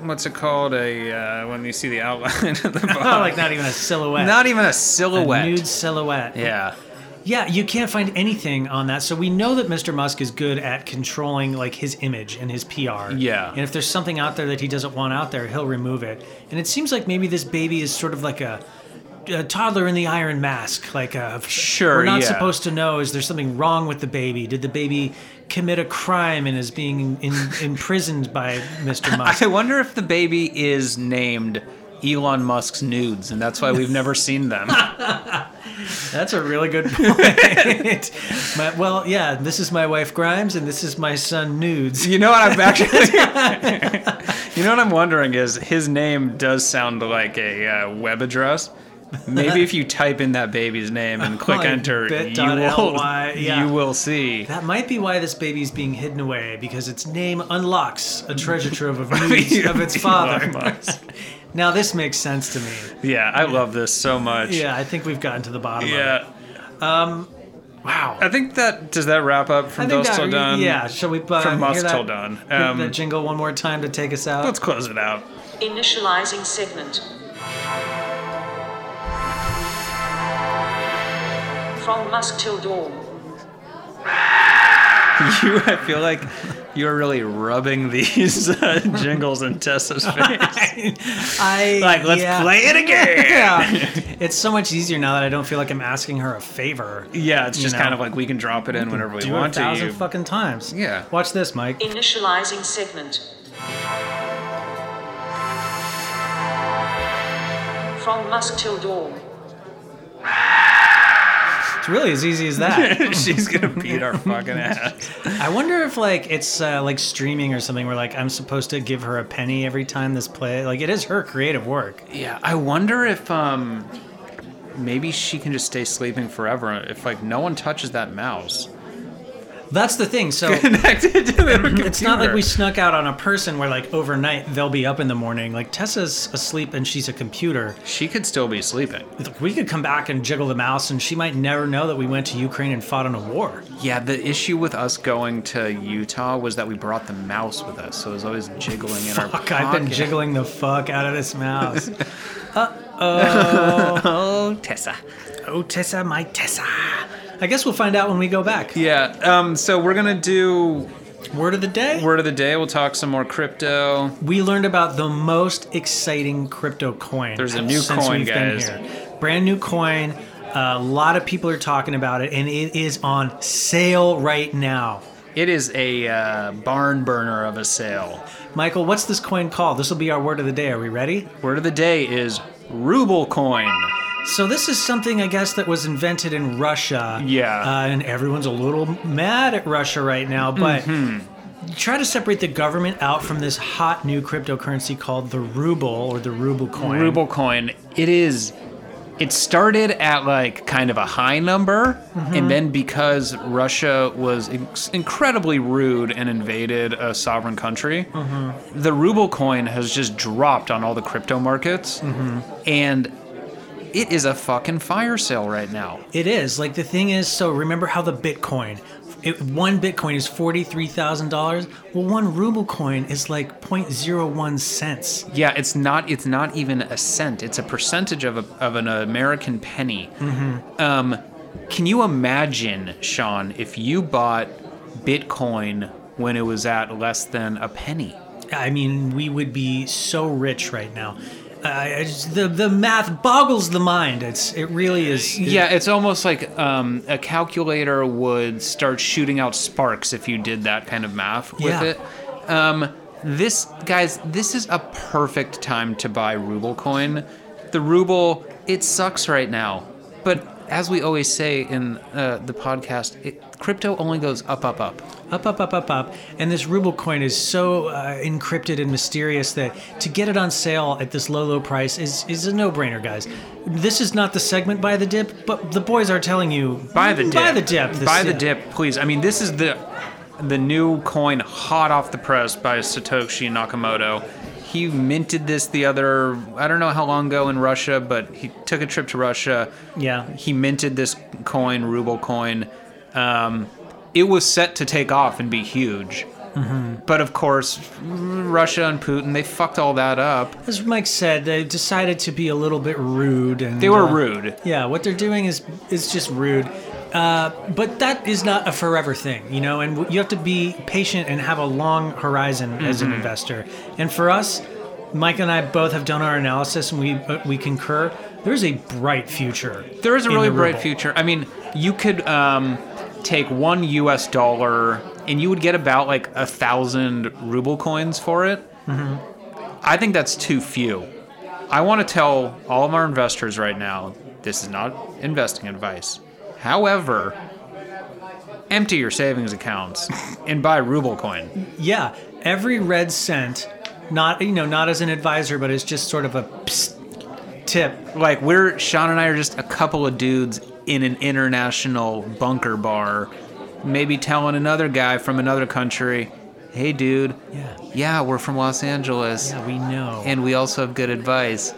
what's it called? A uh, when you see the outline (laughs) (laughs) at the Oh, bottom, like, not even a silhouette. not even a a silhouette. nude silhouette. Yeah. Yeah, you can't find anything on that. So we know that Mr. Musk is good at controlling like his image and his PR. Yeah. And if there's something out there that he doesn't want out there, he'll remove it. And it seems like maybe this baby is sort of like a, a toddler in the iron mask. Like a Sure, We're not yeah. supposed to know. Is there something wrong with the baby? Did the baby commit a crime and is being in, imprisoned by Mr. Musk? (laughs) I wonder if the baby is named Elon Musk's nudes, and that's (laughs) why we've never seen them. That's a really good point. (laughs) My- well, yeah. This is my wife Grimes, and this is my son Nudes. you know what (laughs) I'm actually. you know what I'm wondering is his name does sound like a uh, web address. Maybe (laughs) if you type in that baby's name and click Like enter, you will, bit.ly, yeah. you will see. That might be why this baby's being hidden away because its name unlocks a treasure trove (laughs) of news of its father. (laughs) now this makes sense to me. yeah, I love this so much. Yeah, I think we've gotten to the bottom of Yeah. Um, it. Wow. I think that does that wrap up I from think Dusk Till Dawn. Yeah, shall we uh, From Dusk hear that- Till Dawn. hear Um, that jingle one more time to take us out. Let's close it out. Initializing segment. From Musk till dawn. (laughs) You, I feel like you're really rubbing these uh, jingles in Tessa's face. I like, let's yeah. play it (laughs) again. (laughs) Yeah. it's so much easier now that I don't feel like I'm asking her a favor. Yeah, it's just know. kind of like we can drop it in whenever we Do it want a thousand to. fucking times. Yeah. Watch this, Mike. Initializing segment. From Musk till dawn. It's really as easy as that. (laughs) She's gonna beat our fucking ass. (laughs) I wonder if like it's uh, like streaming or something where like I'm supposed to give her a penny every time this play. Like it is her creative work. Yeah, (laughs) I (laughs) wonder if um maybe she can just stay sleeping forever if like no one touches that mouse. That's the thing. So Connected to the it's not like we snuck out on a person where like overnight they'll be up in the morning. Like Tessa's asleep and she's a computer. She could still be sleeping. We could come back and jiggle the mouse and she might never know that we went to Ukraine and fought in a war. Yeah, the issue with us going to Utah was that we brought the mouse with us, so it was always jiggling in our Fuck, pocket. I've been jiggling the fuck out of this (laughs) mouse. (laughs) Oh, Tessa. oh, Tessa, my Tessa. I guess we'll find out when we go back. Yeah. Um. So we're gonna do Word of the day. word of the day. We'll talk some more crypto. We learned about the most exciting crypto coin. There's a new since coin, we've guys. Been here. Brand new coin. A lot of people are talking about it, and it is on sale right now. It is a uh, barn burner of a sale. Michael, what's this coin called? This will be our word of the day. Are we ready? Word of the day is ruble coin. So this is something I guess that was invented in Russia. Yeah. uh, and everyone's a little mad at Russia right now, but. Mm-hmm. Try to separate the government out from this hot new cryptocurrency called the ruble or the ruble coin. Ruble coin. It is. It started at like kind of a high number, and then because Russia was ex- incredibly rude and invaded a sovereign country, the ruble coin has just dropped on all the crypto markets, and it is a fucking fire sale right now. It is. Like the thing is, so remember how the Bitcoin, it, one Bitcoin is $43,000? Well, one ruble coin is like 0.01 cents. Yeah, it's not. It's not even a cent. It's a percentage of a, of an American penny. Mm-hmm. Um, can you imagine, Sean, if you bought Bitcoin when it was at less than a penny? I mean, we would be so rich right now. Uh, I just- the the math boggles the mind. It's it really is. Yeah, it's almost like um, a calculator would start shooting out sparks if you did that kind of math with Yeah. it. Um, this, guys, this is a perfect time to buy ruble coin. The ruble, it sucks right now. But as we always say in uh, the podcast, it, crypto only goes up, up, up. up, up, up, up, up. And this ruble coin is so uh, encrypted and mysterious that to get it on sale at this low, low price is, is a no brainer, guys. This is not the segment by the dip, but the boys are telling you Buy the dip. Buy the dip. This- Buy the yeah. dip, please. I mean, this is the the new coin hot off the press by Satoshi Nakamoto. He minted this the other I don't know how long ago in Russia, but he took a trip to Russia. Yeah. He minted this coin, ruble coin. Um, it was set to take off and be huge. But of course, Russia and Putin, they fucked all that up. As Mike said, they decided to be a little bit rude, and They were uh, rude. Yeah, what they're doing is is just rude. Uh, but that is not a forever thing, you know. And you have to be patient and have a long horizon as Mm-hmm. an investor. And for us, Mike and I both have done our analysis, and we uh, we concur. There's a bright future. There is a in really the bright ruble. future. I mean, you could um, take one U.S. dollar and you would get about like a thousand ruble coins for it. Mm-hmm. I think that's too few. I want to tell all of our investors right now this is not investing advice. However, empty your savings accounts and buy ruble coin. Yeah, every red cent, not you know, not as an advisor, but as just sort of a psst, tip. like we're Sean and I are just a couple of dudes in an international bunker bar, maybe telling another guy from another country, "Hey, dude, Yeah. yeah, we're from Los Angeles, Yeah, we know. and we also have good advice.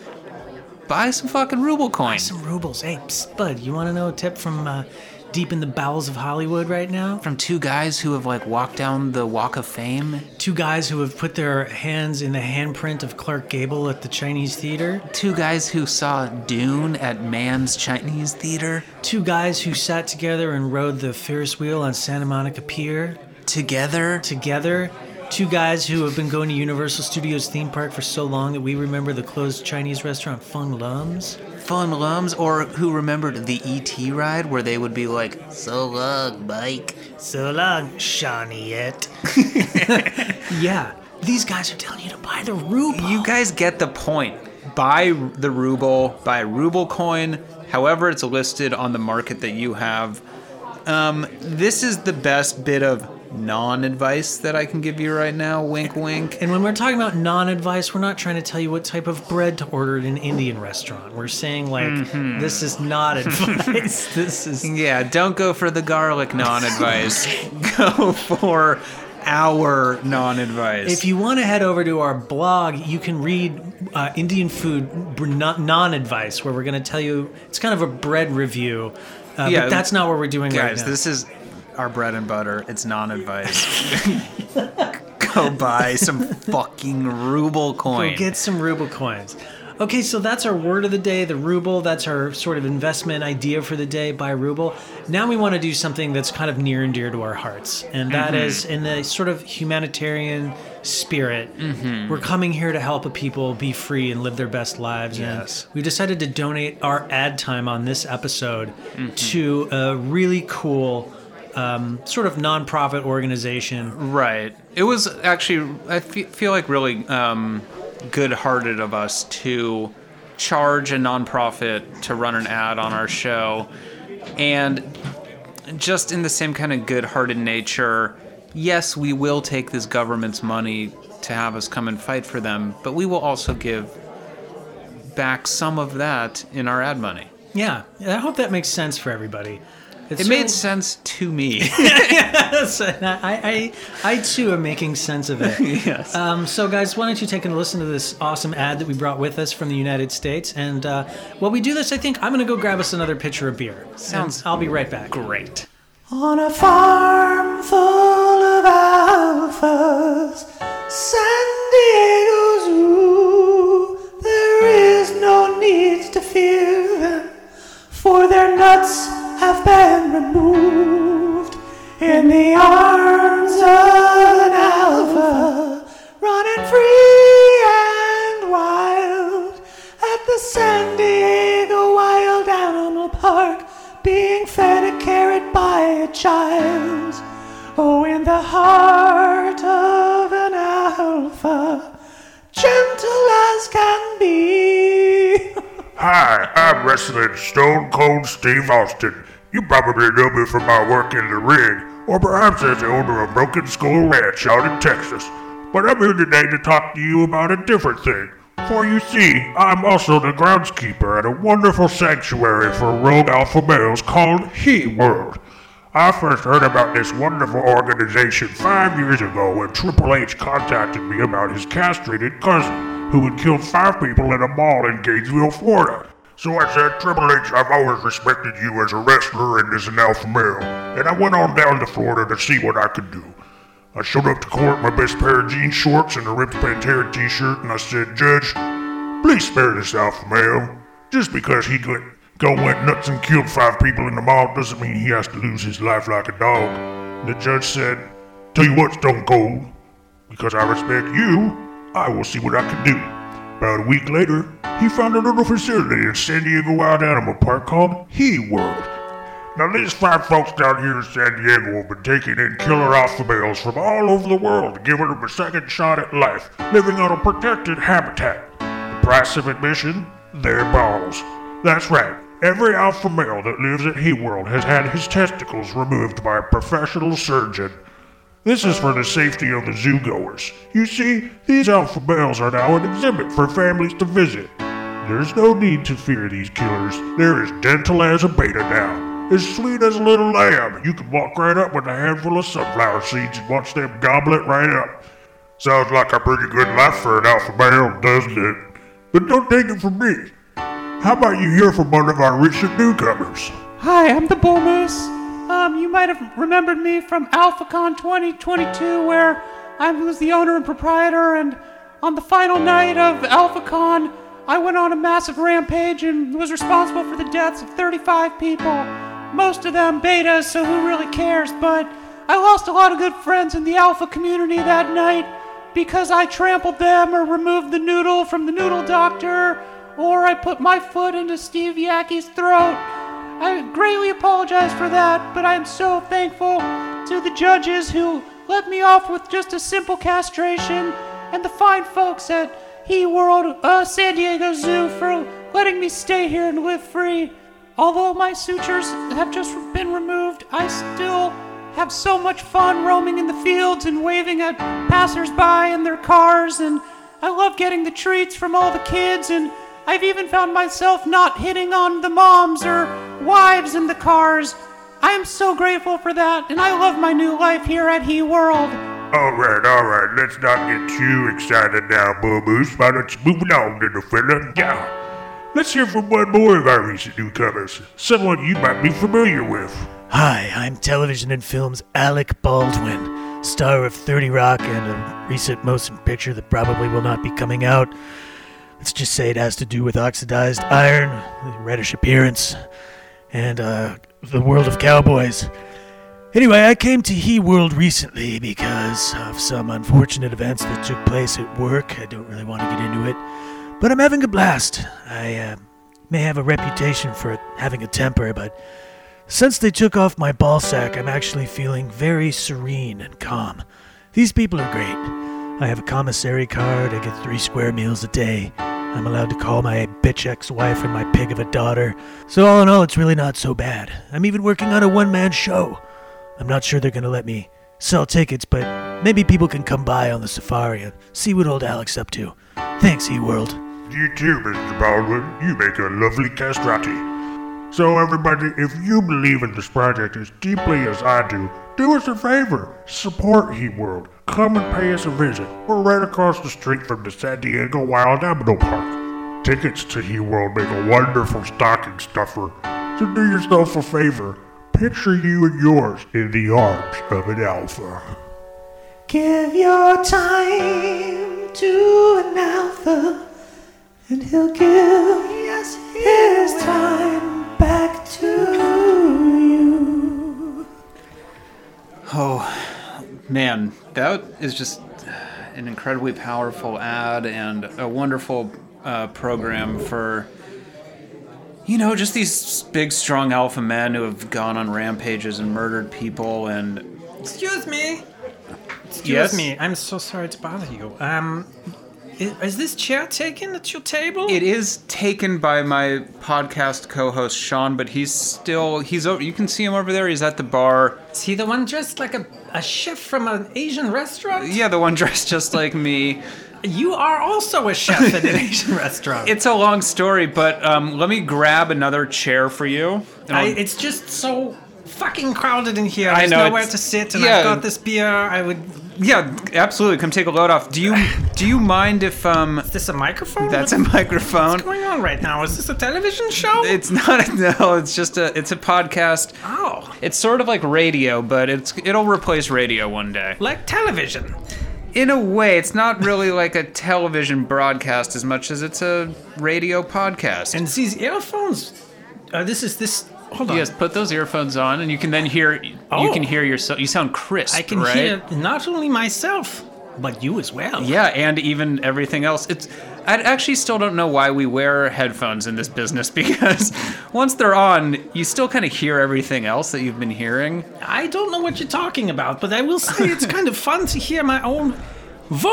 Buy some fucking ruble coin." some rubles. Hey, psst, bud, you want to know a tip from uh, deep in the bowels of Hollywood right now? From two guys who have like walked down the Walk of Fame. Two guys who have put their hands in the handprint of Clark Gable at the Chinese theater. Two guys who saw Dune at Man's Chinese Theater Two guys who sat together and rode the Ferris wheel on Santa Monica Pier together. together. Two guys who have been going to Universal Studios theme park for so long that we remember the closed Chinese restaurant Fung Lum's. Fun lums, or who remembered the ET ride where they would be like, "So long, Mike." So long, Shawnee eh? yet. yeah, these guys are telling you to buy the ruble. You guys get the point. Buy the ruble, buy ruble coin, however it's listed on the market that you have. Um, this is the best bit of non-advice that I can give you right now. Wink, wink. And when we're talking about non-advice, we're not trying to tell you what type of bread to order at an Indian restaurant. We're saying like Mm-hmm. this is not (laughs) advice. this is Yeah, don't go for the (laughs) garlic non-advice. go for our non-advice. If you want to head over to our blog, you can read uh, Indian food br- non advice, where we're going to tell you it's kind of a bread review. Uh, Yeah, but that's not what we're doing right guys, now. this is our bread and butter. It's non-advice. (laughs) go buy some fucking ruble coin. Go get some ruble coins. Okay, so that's our word of the day, the ruble. That's our sort of investment idea for the day, buy ruble. Now we want to do something that's kind of near and dear to our hearts, and that Mm-hmm. is in the sort of humanitarian spirit. Mm-hmm. We're coming here to help people be free and live their best lives. Yes. And we decided to donate our ad time on this episode Mm-hmm. to a really cool. Um, sort of nonprofit organization. Right. It was actually, I fe- feel like, really um, good hearted of us to charge a nonprofit to run an ad on our show. And just in the same kind of good hearted nature, yes, we will take this government's money to have us come and fight for them, but we will also give back some of that in our ad money. Yeah, I hope that makes sense for everybody. It's It made certainly- sense to (laughs) me. yes, and I, I, I too am making sense of (laughs) it. yes. Um, so, guys, why don't you take and listen to this awesome ad that we brought with us from the United States? And uh, while we do this, I think I'm going to go grab us another pitcher of beer. Sounds And I'll be right back. Great. On a farm full of alphas, San Diego's rule, there is no need to fear them, for their nuts have been removed. In the arms of an alpha, running free and wild at the San Diego Wild Animal Park, being fed a carrot by a child. Oh, in the heart of an alpha, gentle as can be. Hi, I'm wrestling Stone Cold Steve Austin. You probably know me from my work in the ring, or perhaps as the owner of Broken Skull Ranch out in Texas. But I'm here today to talk to you about a different thing. For you see, I'm also the groundskeeper at a wonderful sanctuary for rogue alpha males called He World. I first heard about this wonderful organization five years ago when Triple H contacted me about his castrated cousin, who had killed five people in a mall in Gainesville, Florida. So I said, Triple H, I've always respected you as a wrestler and as an alpha male, and I went on down to Florida to see what I could do. I showed up to court in my best pair of jean shorts and a ripped Pantera t-shirt, and I said, Judge, please spare this alpha male. Just because he could go went nuts and killed five people in the mall doesn't mean he has to lose his life like a dog. The judge said, Tell you what, Stone Cold, because I respect you, I will see what I can do. About a week later, he found a little facility in San Diego Wild Animal Park called He World. Now, these five folks down here in San Diego have been taking in killer alpha males from all over the world, giving them a second shot at life, living on a protected habitat. The price of admission? Their balls. That's right. Every alpha male that lives at He World has had his testicles removed by a professional surgeon. This is for the safety of the zoogoers. You see, these alpha males are now an exhibit for families to visit. There's no need to fear these killers. They're as gentle as a beta now. As sweet as a little lamb. You can walk right up with a handful of sunflower seeds and watch them gobble it right up. Sounds like a pretty good life for an alpha male, doesn't it? But don't take it from me. How about you hear from one of our recent newcomers? Hi, I'm the Bull Moose. Um, you might have remembered me from AlphaCon 2022, where I was the owner and proprietor. And on the final night of AlphaCon, I went on a massive rampage and was responsible for the deaths of 35 people. Most of them betas, so who really cares? But I lost a lot of good friends in the Alpha community that night because I trampled them or removed the noodle from the noodle doctor, or I put my foot into Steve Yackey's throat. I greatly apologize for that, but I am so thankful to the judges who let me off with just a simple castration and the fine folks at He World uh, San Diego Zoo for letting me stay here and live free. Although my sutures have just been removed, I still have so much fun roaming in the fields and waving at passersby in their cars and I love getting the treats from all the kids and I've even found myself not hitting on the moms or wives in the cars. I am so grateful for that, and I love my new life here at He World. Alright, alright, let's not get too excited now, Bull Moose. Why don't you move along, little fella? Yeah. Let's hear from one more of our recent newcomers. Someone you might be familiar with. Hi, I'm television and film's Alec Baldwin, star of 30 Rock and a recent motion picture that probably will not be coming out. Let's just say it has to do with oxidized iron, the reddish appearance, and uh, the world of cowboys. Anyway, I came to He World recently because of some unfortunate events that took place at work. I don't really want to get into it, but I'm having a blast. I uh, may have a reputation for having a temper, but since they took off my ball sack, I'm actually feeling very serene and calm. These people are great. I have a commissary card, I get three square meals a day. I'm allowed to call my bitch ex wife and my pig of a daughter. So, all in all, it's really not so bad. I'm even working on a one man show. I'm not sure they're gonna let me sell tickets, but maybe people can come by on the safari and see what old Alec's up to. Thanks, E World. You too, Mr. Baldwin. You make a lovely castrati. So, everybody, if you believe in this project as deeply as I do, do us a favor. Support He World. Come and pay us a visit. We're right across the street from the San Diego Wild Animal Park. Tickets to He World make a wonderful stocking stuffer. So, do yourself a favor. Picture you and yours in the arms of an alpha. Give your time to an alpha, and he'll give yes, his time back to you. Oh, man, that is just an incredibly powerful ad and a wonderful uh, program for, you know, just these big, strong alpha men who have gone on rampages and murdered people. And Excuse me. Excuse Yes? me. I'm so sorry to bother you. Um, is, is this chair taken at your table? it is taken by my podcast co-host Sean, but he's still he's over. You can see him over there. He's at the bar. is he the one dressed like a, a chef from an Asian restaurant? Yeah, the one dressed just like me. You are also a chef (laughs) at an Asian restaurant. It's a long story, but um, let me grab another chair for you. And I, I'll- it's just so fucking crowded in here. I There's know, nowhere it's- to sit, and yeah. I've got this beer. I would. yeah, absolutely. Come take a load off. Do you do you mind if um Is this a microphone? that's a What- microphone? What's going on right now? Is this a television show? It's not (laughs) no. It's just a it's a podcast. oh, It's sort of like radio, but it's it'll replace radio one day. like television. In a way, it's not really (laughs) like a television broadcast as much as it's a radio podcast. And these earphones. Uh, this is this. Hold on. yes, put those earphones on, and you can then hear you Oh. can hear yourself. You sound crisp. I can right? hear not only myself, but you as well. Yeah, and even everything else. It's I actually still don't know why we wear headphones in this business (laughs) because once they're on, you still kind of hear everything else that you've been hearing. I don't know what you're talking about, but I will say (laughs) it's kind of fun to hear my own voice. (laughs)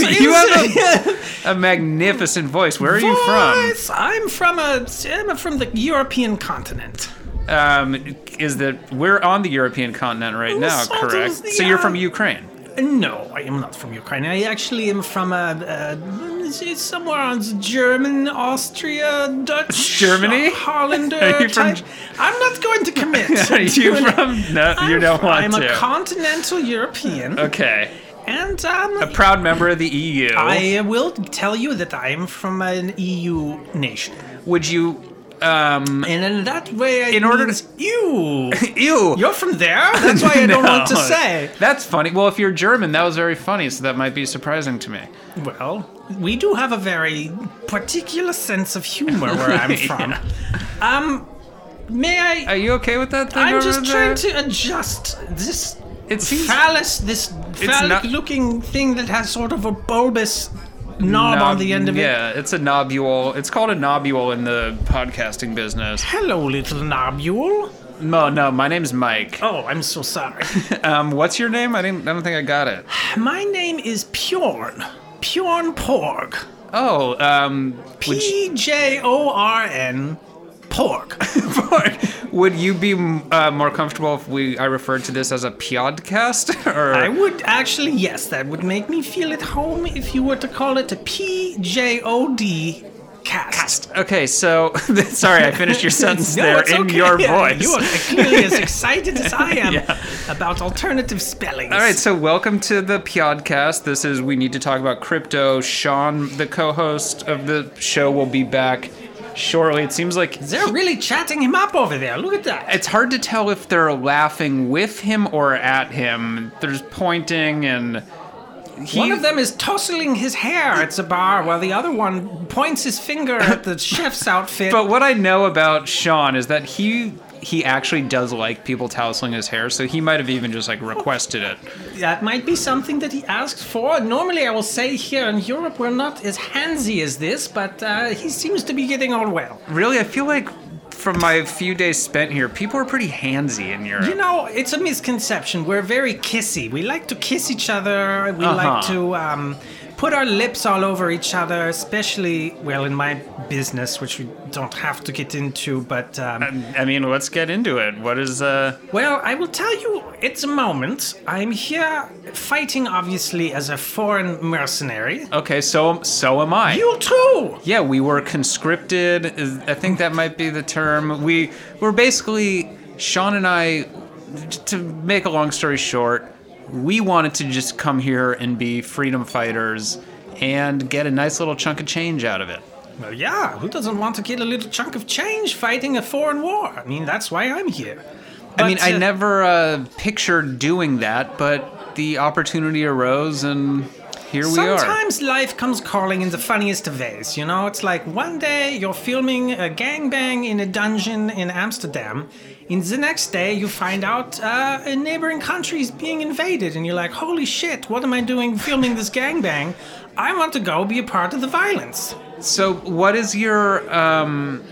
You It's- A magnificent voice. Where are you from? Voice. I'm from a. I'm from the European continent. Um, is that we're on the European continent right now, sort of, correct? So (laughs) yeah. you're from Ukraine. No, I am not from Ukraine. I actually am from uh, uh, it's- it's somewhere on German, Austria, Dutch, Germany? (laughs) Hollander. Are you from- type. I'm not going to (laughs) commit. Are to you an- from- no, you I'm- don't want I'm to. a continental European, Okay. and um, A proud member of the E EU. I will tell you that I am from an EU nation, Would you? Um, and in that way, it In order to- means (laughs) you. ew. You're from there. That's why I (laughs) don't want to No. say. That's funny. Well, if you're German, that was very funny, so that might be surprising to me. Well, we do have a very particular sense of humor where (laughs) I'm from. Um, may I? Are you okay with that thing? I'm over just there? trying to adjust this It seems phallus, this not- phallic-looking thing that has sort of a bulbous knob on the end of it. Yeah, it's a nobule. It's called a nobule in the podcasting business. Hello, little nobule. No, no, my name's Mike. Oh, I'm so sorry. (laughs) Um, what's your name? I didn't. I don't think I got it. My name is Pjorn. Pjorn Porg. Oh, um, would you, P J O R N. (laughs) Porg. would you be uh, more comfortable if we I referred to this as a podcast (laughs) or I would actually, yes, that would make me feel at home if you were to call it a P J O D cast. Okay, so (laughs) sorry, I (laughs) finished your sentence No, there it's in okay. your Yeah, (laughs) voice. You are clearly as excited as I am (laughs) Yeah. Uh, about alternative spellings. All right, so welcome to the podcast. This is we need to talk about crypto. Sean, the co-host of the show, will be back shortly. It seems like They're really chatting him up over there. Look at that. it's hard to tell if they're laughing with him or at him. There's pointing and he, one of them is tousling his hair. It's a bar, while the other one points his finger at (laughs) the chef's outfit. But what I know about Sean is that he he actually does like people tousling his hair, so he might have even just like requested it. That might be something that he asked for. Normally, I will say here in Europe we're not as handsy as this, but uh, he seems to be getting on well. Really, I feel like from my few days spent here, people are pretty handsy in Europe. You know, it's a misconception. We're very kissy. We like to kiss each other. We like Uh-huh. to um, put our lips all over each other, especially, well, in my business, which we don't have to get into, but. Um, I mean, let's get into it. What is uh? Well, I will tell you, it's a moment. I'm here fighting, obviously, as a foreign mercenary. Okay, so so am I. You too! yeah, we were conscripted. is- I think that might be the term. We were basically Sean and I. To make a long story short, we wanted to just come here and be freedom fighters and get a nice little chunk of change out of it. Well, yeah, who doesn't want to get a little chunk of change fighting a foreign war? I mean, that's why I'm here. I mean, But, I uh, never uh, pictured doing that, but the opportunity arose, and here we are. Sometimes life comes calling in the funniest of ways, you know? It's like one day you're filming a gangbang in a dungeon in Amsterdam, and the next day you find out uh, a neighboring country is being invaded, and you're like, holy shit, what am I doing filming this gangbang? I want to go be a part of the violence. So, what is your um,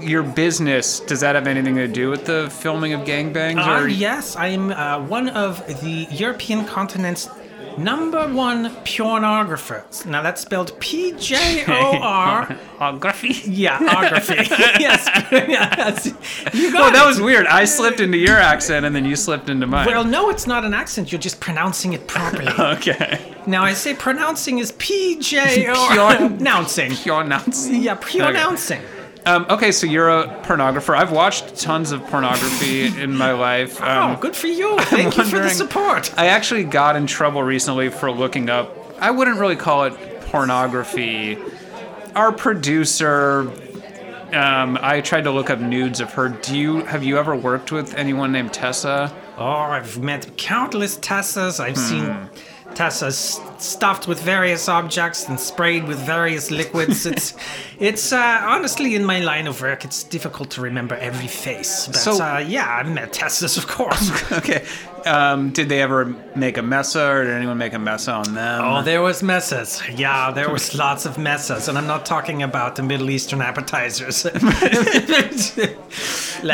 your business? Does that have anything to do with the filming of gangbangs? Ah, or (laughs) yes, I'm uh, one of the European continent's number one pornographers. Now that's spelled P J O (laughs) R. Pornography? Yeah, ography. (laughs) yes, yes. You got Well, that it. was weird. I slipped into your accent, and then you slipped into mine. Well, no, it's not an accent. You're just pronouncing it (laughs) properly. okay. now I say pronouncing is P (laughs) J O R. Oh, Pure- Pronouncing. (laughs) Pure nuts. Yeah, pronouncing. Um, okay, so you're a pornographer. I've watched tons of (laughs) pornography in my life. Um, Oh, good for you. (laughs) Thank you for the wondering- support. I actually got in trouble recently for looking up. I wouldn't really call it pornography. Our producer, um, I tried to look up nudes of her. Do you have you ever worked with anyone named Tessa? Oh, I've met countless Tessas. I've Hmm. seen Tessas stuffed with various objects and sprayed with various (laughs) liquids. it's, it's uh, honestly in my line of work, it's difficult to remember every face. But So- uh, yeah, I've met Tessas, of course. Okay. Um, did they ever make a messa, or did anyone make a messa on them? Oh, there was messes. Yeah, there was lots of messes, and I'm not talking about the Middle Eastern appetizers. (laughs) like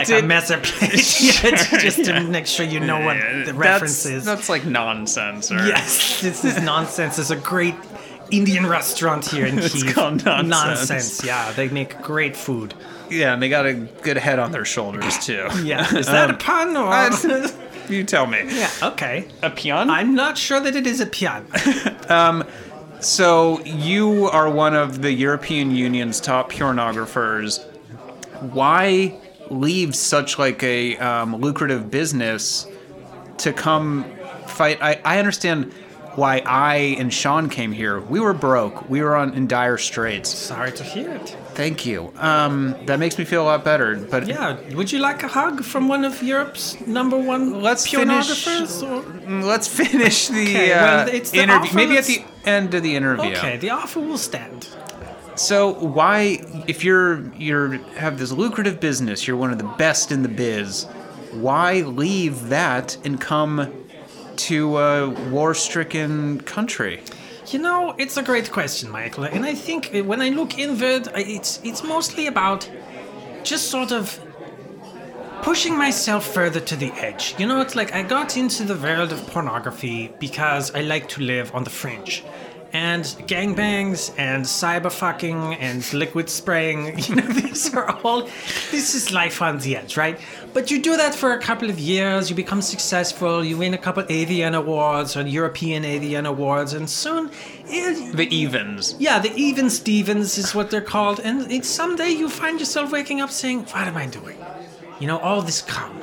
a Did- messer (laughs) plate, (laughs) just to make sure you know what the reference that's, is. That's like nonsense. Or, Yes, this is nonsense. There's a great Indian restaurant here (laughs) in Kiev. called Nonsense. Nonsense, Yeah, they (laughs) make great food. (laughs) Yeah, and they got a good head on their shoulders too. Yeah, is that a pun or? I- (laughs) You tell me. (laughs) Yeah, okay. A peon? I'm not sure that it is a piano. Um, So you are one of the European Union's top pornographers. Why leave such like a um, lucrative business to come fight? I, I understand why I and Sean came here. We were broke. We were on in dire straits. Sorry to hear it. Thank you. Um, that makes me feel a lot better. But Yeah, would you like a hug from one of Europe's number one Let's finish- Mm, pornographers? Or? let's finish the, Okay, uh, well, it's the interview. offer Maybe at the that's- end of the interview. Okay, the offer will stand. So why, if you're you're have this lucrative business, you're one of the best in the biz. Why leave that and come to a war-stricken country? You know, it's a great question, Michael, and I think uh, when I look inward, I- it's it's mostly about just sort of pushing myself further to the edge. You know, it's like I got into the world of pornography because I like to live on the fringe. And gangbangs and cyberfucking and liquid spraying, (laughs) you know, these are all, this is life on the edge, right? But you do that for a couple of years, you become successful, you win a couple AVN awards or European AVN awards, and soon eh, The evens. yeah, the even Stevens is what they're called. And it's someday you find yourself waking up saying, What am I doing? You know, all this cum,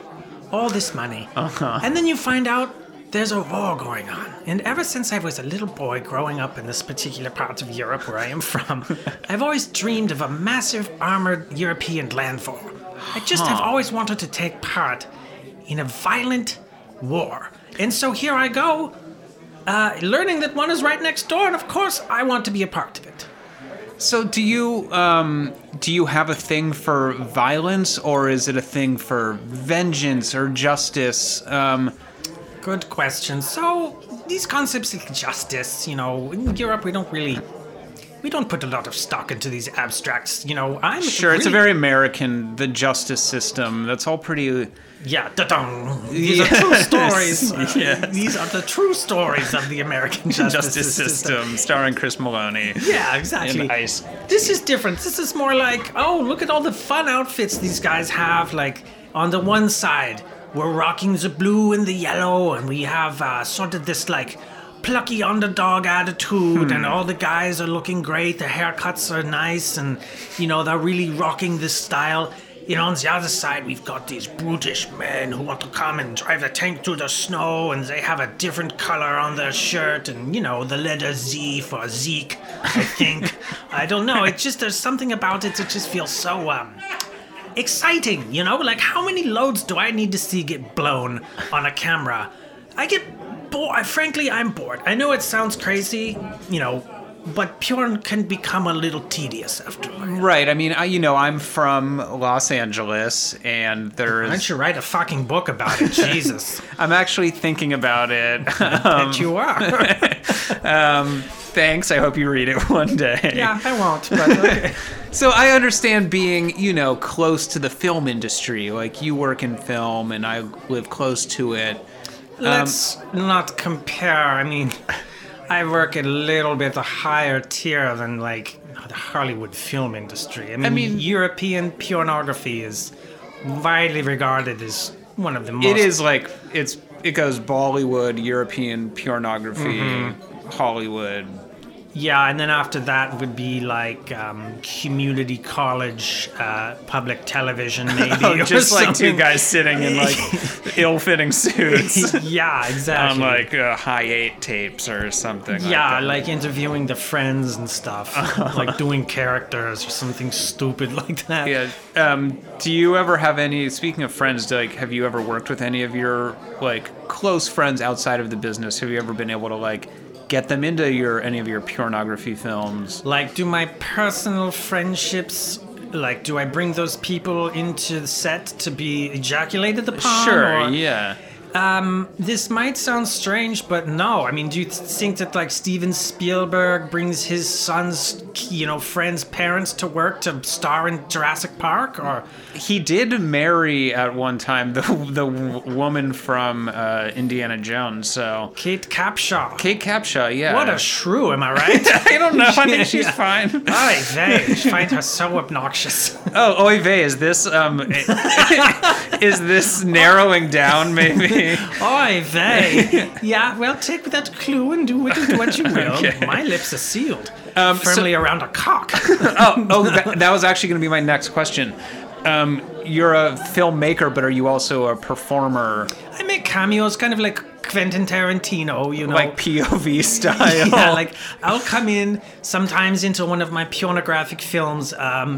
all this money. Uh-huh. And then you find out there's a war going on. And ever since I was a little boy growing up in this particular part of Europe where I am from, I've always dreamed of a massive armored European landfall. I just have always wanted to take part in a violent war. And so here I go, uh, learning that one is right next door, and of course I want to be a part of it. So do you um, do you have a thing for violence, or is it a thing for vengeance or justice? Um, Good question. So these concepts of justice, you know, in Europe we don't really, we don't put a lot of stock into these abstracts. You know, I'm sure, it's a really- very American the justice system. That's all pretty. yeah. Da-dong. These Yes. are true stories. Uh, (laughs) Yes. These are the true stories of the American justice, (laughs) Justice system, um, starring Chris Maloney. Yeah, exactly. And ice. This is different. This is more like, oh, look at all the fun outfits these guys have. Like, on the one side, we're rocking the blue and the yellow, and we have uh, sort of this, like, plucky underdog attitude, and all the guys are looking great. The haircuts are nice, and, you know, they're really rocking this style. You know, on the other side, we've got these brutish men who want to come and drive the tank through the snow, and they have a different color on their shirt, and, you know, the letter Z for Zeke, I think. I don't know. It's just, there's something about it that just feels so, um, exciting, you know? Like, how many loads do I need to see get blown on a camera? I get bored. Frankly, I'm bored. I know it sounds crazy, you know, but porn can become a little tedious after a while. Right. I mean, I, you know, I'm from Los Angeles, and Why don't there's. you write a fucking book about (laughs) it? Jesus. I'm actually thinking about (laughs) it. Um, that you are. (laughs) Thanks. I hope you read it (laughs) one day. yeah, I won't, but okay. So I understand being, you know, close to the film industry. Like you work in film, and I live close to it. let's not compare. I mean, (laughs) I work a little bit a higher tier than like the Hollywood film industry. I mean, mean- European pornography is widely regarded as one of the most. It is like it's it goes Bollywood, European pornography, Mm-hmm. Hollywood. Yeah, and then after that would be like um, community college, uh, public (laughs) television, maybe. or Oh, just like two something. guys sitting in (laughs) like ill-fitting suits yeah, on exactly. like uh, high eight tapes or something. Yeah, like that. like interviewing the friends and (laughs) stuff, like doing characters or something stupid like that. Yeah. Um, do you ever have any? Speaking of friends, do, like, have you ever worked with any of your like close friends outside of the business? Have you ever been able to like get them into your any of your pornography films? Like, do my personal friendships, like, do I bring those people into the set to be ejaculated upon? Sure. or- Yeah. Um, this might sound strange, but no. I mean, do you th- think that like Steven Spielberg brings his son's, you know, friends' parents to work to star in Jurassic Park, or He did marry at one time the the w- woman from uh, Indiana Jones. So Kate Capshaw? Kate Capshaw. Yeah. what a shrew, am I right? (laughs) I don't know. I think (laughs) she's Yeah. fine. (laughs) I they find her so obnoxious. (laughs) Oh, oy vey, is this um, is this narrowing down? Maybe Oi, (laughs) they. (laughs) yeah, well, take that clue and do with it what you will. Okay. My lips are sealed Um, so- firmly around a cock. (laughs) oh, oh that, that was actually going to be my next question. Um, you're a filmmaker, but are you also a performer, I make cameos, kind of like Quentin Tarantino, you know. like POV (laughs) style? yeah, like I'll come in sometimes into one of my pornographic films um,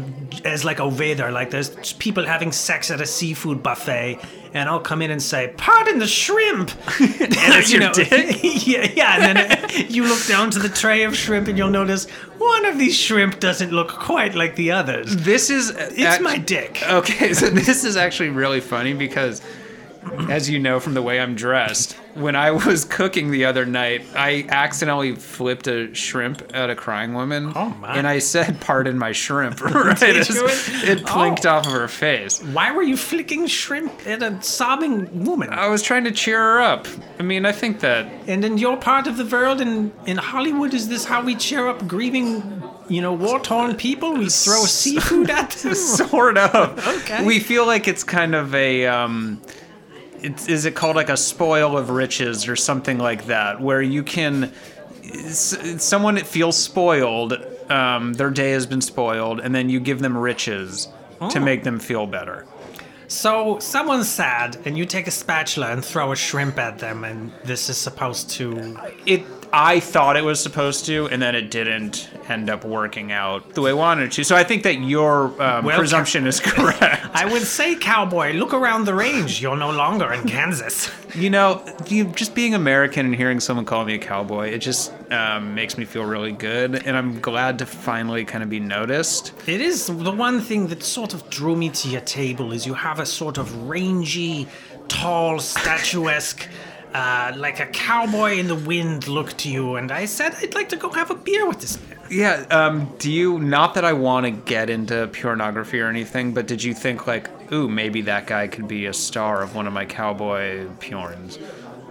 as like a waiter. Like there's people having sex at a seafood buffet, and I'll come in and say, "Pardon the (laughs) shrimp," (laughs) and it's your dick? (laughs) yeah, yeah. And then you look down to the tray of shrimp, and you'll notice one of these shrimp doesn't look quite like the others. this is It's my dick. Okay, so this is actually really funny because, as you know from the way I'm dressed, when I was cooking the other night, I accidentally flipped a shrimp at a crying woman. Oh, my. (laughs) And I (laughs) said, "Pardon my shrimp." (laughs) Right? Did you? Oh. as It plinked off of her face. Why were you flicking shrimp at a sobbing woman? I was trying to cheer her up. I mean, I think that And in your part of the world, in, in Hollywood, is this how we cheer up grieving, you know, war torn people? We throw seafood (laughs) at them? sort of. Okay. We feel like it's kind of a. Um, it's, is it called like a spoil of riches or something like that, where you can, s- someone that feels spoiled, um, their day has been spoiled, and then you give them riches to make them feel better. So someone's sad, and you take a spatula and throw a shrimp at them, and this is supposed to. It. I thought it was supposed to, and then it didn't end up working out the way I wanted it to. So I think that your um, Well, presumption is correct. I would say, cowboy, look around the range. You're no longer in Kansas. (laughs) You know, you, just being American and hearing someone call me a cowboy, it just um, makes me feel really good, and I'm glad to finally kind of be noticed. It is the one thing that sort of drew me to your table is you have a sort of rangy, tall, statuesque, uh, like a cowboy in the wind look to you. And I said I'd like to go have a beer with this man. Yeah. Um, do you? Not that I want to get into pornography or anything, but did you think like, ooh, maybe that guy could be a star of one of my cowboy (laughs) porns?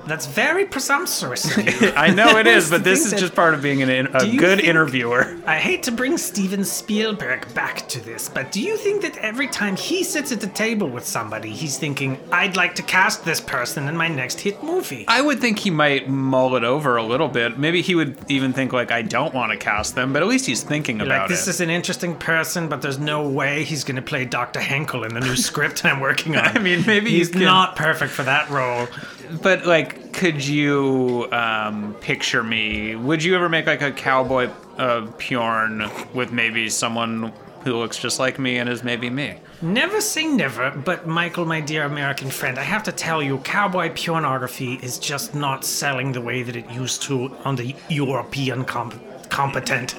That's very presumptuous. of (laughs) you. I know it (laughs) is, but this Think is that- just part of being an, in- a you good think- interviewer. I hate to bring Steven Spielberg back to this, but do you think that every time he sits at the table with somebody, he's thinking, I'd like to cast this person in my next hit movie? I would think he might mull it over a little bit. Maybe he would even think like, I don't want to cast them, but at least he's thinking about Like, it. this is an interesting person, but there's no way he's going to play Dr. Henkel in the (laughs) new script I'm working on. I mean, maybe you he's can- not perfect for that role. But like, could you um, picture me? Would you ever make like a cowboy uh, Pjorn with maybe someone who looks just like me and is maybe me? Never say never, but Michael, my dear American friend, I have to tell you, cowboy pornography is just not selling the way that it used to on the European comp- competent.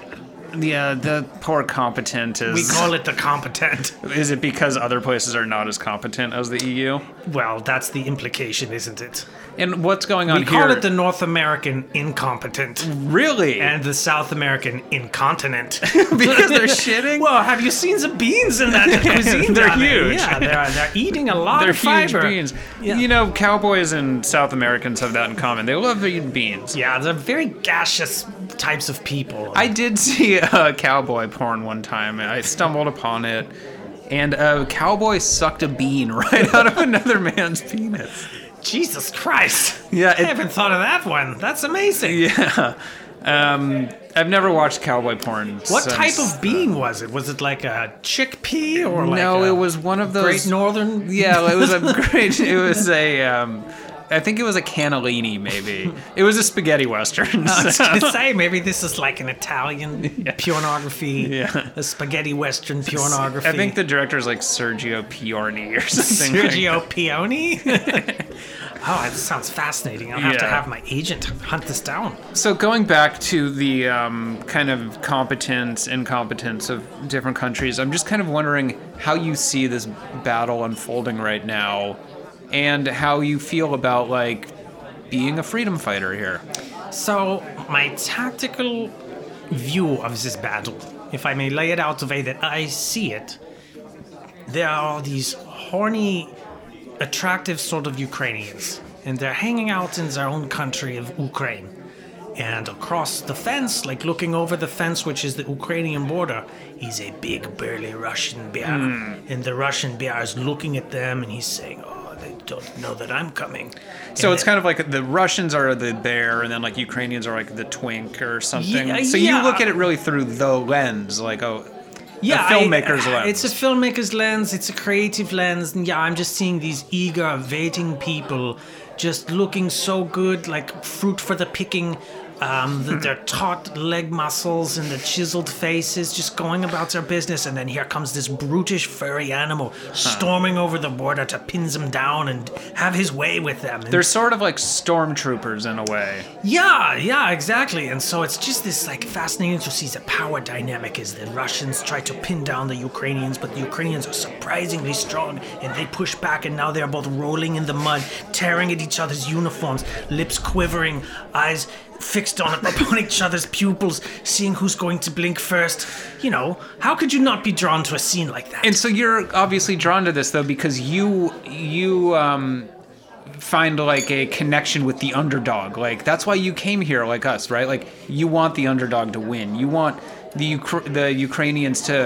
Yeah, the poor competent is. We call it the competent. is it because other places are not as competent as the E EU? Well, that's the implication, isn't it? And what's going on We here? call it the North American incompetent really and the South American incontinent. (laughs) because (laughs) they're shitting. Well, have you seen the beans in (laughs) that cuisine? They're down there? huge. Yeah, they're, (laughs) they're eating a lot They're of fiber. huge beans. Yeah. You know, cowboys and South Americans have that in common. They love eating beans. Yeah, they're very gaseous types of people. I did see a cowboy porn one time, and I stumbled upon it. And a cowboy sucked a bean (laughs) right out of another man's penis. Jesus Christ. Yeah, it- I haven't thought of that one. That's amazing. Yeah. Um, I've never watched cowboy porn. What since- type of bean was it? Was it like a chickpea or like no, a it was one of those. Great Northern? Yeah, it (laughs) was a great. It was a. Um, I think it was a cannellini, maybe. It was a spaghetti (laughs) western. I was (laughs) so- gonna say maybe this is like an Italian (laughs) pornography, Yeah. a spaghetti western pornography. I think the director's like Sergio Piorni (laughs) or something. like Sergio Peone. (laughs) (laughs) oh, that sounds fascinating. I'll have to Yeah. have my agent hunt this down. So going back to the um, kind of competence incompetence of different countries, I'm just kind of wondering how you see this battle unfolding right now, and how you feel about like being a freedom fighter here. So, my tactical view of this battle, if I may lay it out the way that I see it, there are these horny, attractive sort of Ukrainians, and they're hanging out in their own country of Ukraine. And across the fence, like looking over the fence, which is the Ukrainian border, is a Hmm. Hmm. big, burly Russian bear. And the Russian bear is looking at them and he's saying, Oh, they don't know that I'm coming. So And it's kind of like the Russians are the bear, and then like Ukrainians are like the twink or something. Yeah, so yeah. you look at it really through the lens, like oh, yeah, a filmmaker's I- uh, lens. It's a filmmaker's lens. It's a creative lens. And yeah, I'm just seeing these eager, waiting people, just looking so good, like fruit for the picking. Um, Hmm. the, their taut leg muscles and the chiseled faces, just going about their business. And then here comes this brutish, furry animal storming over the border to pin them down and have his way with them. And they're sort of like stormtroopers in a way. Yeah, yeah, exactly. And so it's just this like fascinating to see the power dynamic as the Russians try to pin down the Ukrainians, but the Ukrainians are surprisingly strong and they push back and now they're both rolling in the mud, tearing at each other's uniforms, lips quivering, eyes fixed on (laughs) upon each other's pupils, seeing who's going to blink first. You know, how could you not be drawn to a scene like that? And so you're obviously drawn to this though because you you um find like a connection with the underdog. Like that's why you came here like us, right? Like you want the underdog to win. You want the Ukra- the Ukrainians to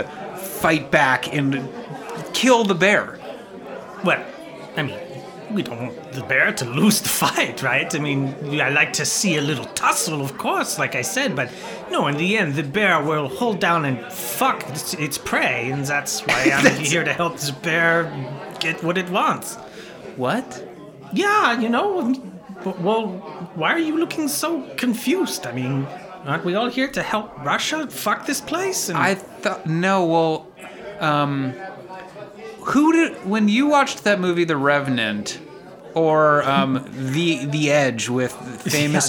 fight back and kill the bear. Well, I mean, we don't want the bear to lose the fight, right? I mean, I like to see a little tussle, of course, like I said, but no, in the end, the bear will hold down and fuck its, its prey, and that's (laughs) why I'm here to help this bear get what it wants. What? Yeah, you know, but, well, why are you looking so confused? I mean, aren't we all here to help Russia fuck this place? And I thought no. Well, um, who did when you watched that movie, The Revenant, or um, the The Edge with famous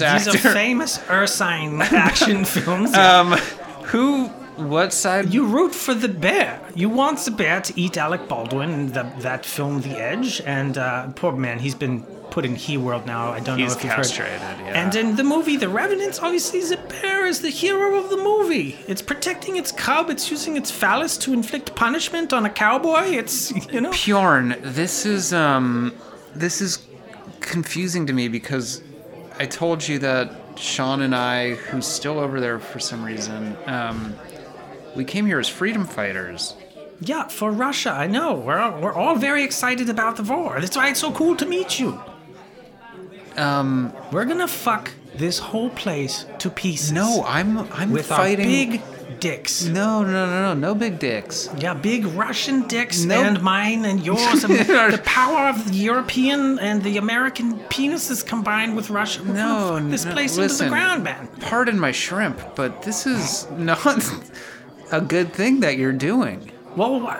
(laughs) Yeah, these actor? are famous (laughs) Ursine action films. yeah. um, who? What side? You root for the bear. You want the bear to eat Alec Baldwin in the, that film, The Edge. And uh, poor man, he's been put in He World now. I don't He's know if you've heard. castrated, yeah. And in the movie, The Revenant, obviously, the bear is the hero of the movie. It's protecting its cub. It's using its phallus to inflict punishment on a cowboy. It's you know. Bjorn, this is um, this is confusing to me because I told you that Sean and I, who's still over there for some reason, um, we came here as freedom fighters. Yeah, for Russia, I know. We're all, we're all very excited about the war. That's why it's so cool to meet you. Um, Um, we're gonna fuck this whole place to pieces. No, I'm I'm with fighting. our big dicks. No, no, no, no, no big dicks. Yeah, big Russian dicks No. and mine and yours (laughs) and the power of the European and the American penises combined with Russia. We're gonna No, fuck this no, place into listen. the ground, man. Pardon my shrimp, but this is (laughs) not a good thing that you're doing. Well, wha-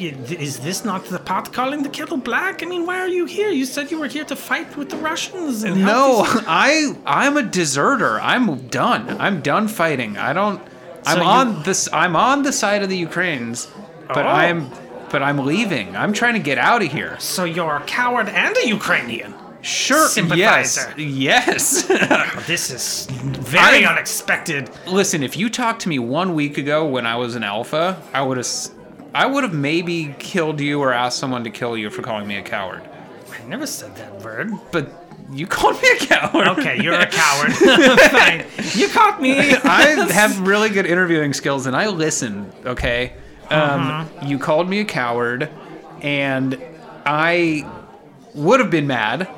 i- is this not the pot calling the kettle black? I mean, why are you here? You said you were here to fight with the Russians and help No, these- I I'm a deserter. I'm done. I'm done fighting. I don't. I'm you- on this. I'm on the side of the Ukrainians, but Oh. I'm but I'm leaving. I'm trying to (laughs) get out of here. So you're a coward and a Ukrainian. Sure. Sympathizer. Yes. Yes. (laughs) This is very I'm- unexpected. Listen, if you talked to me one week ago when I was an alpha, I would have, I would have maybe killed you or asked someone to kill you for calling me a coward. I never said that word. But you called me a coward. Okay, you're a (laughs) coward. (laughs) Fine. You caught me. (laughs) I have really good interviewing skills, and I listen. Okay, um, Uh-huh. you called me a coward, and I would have been mad,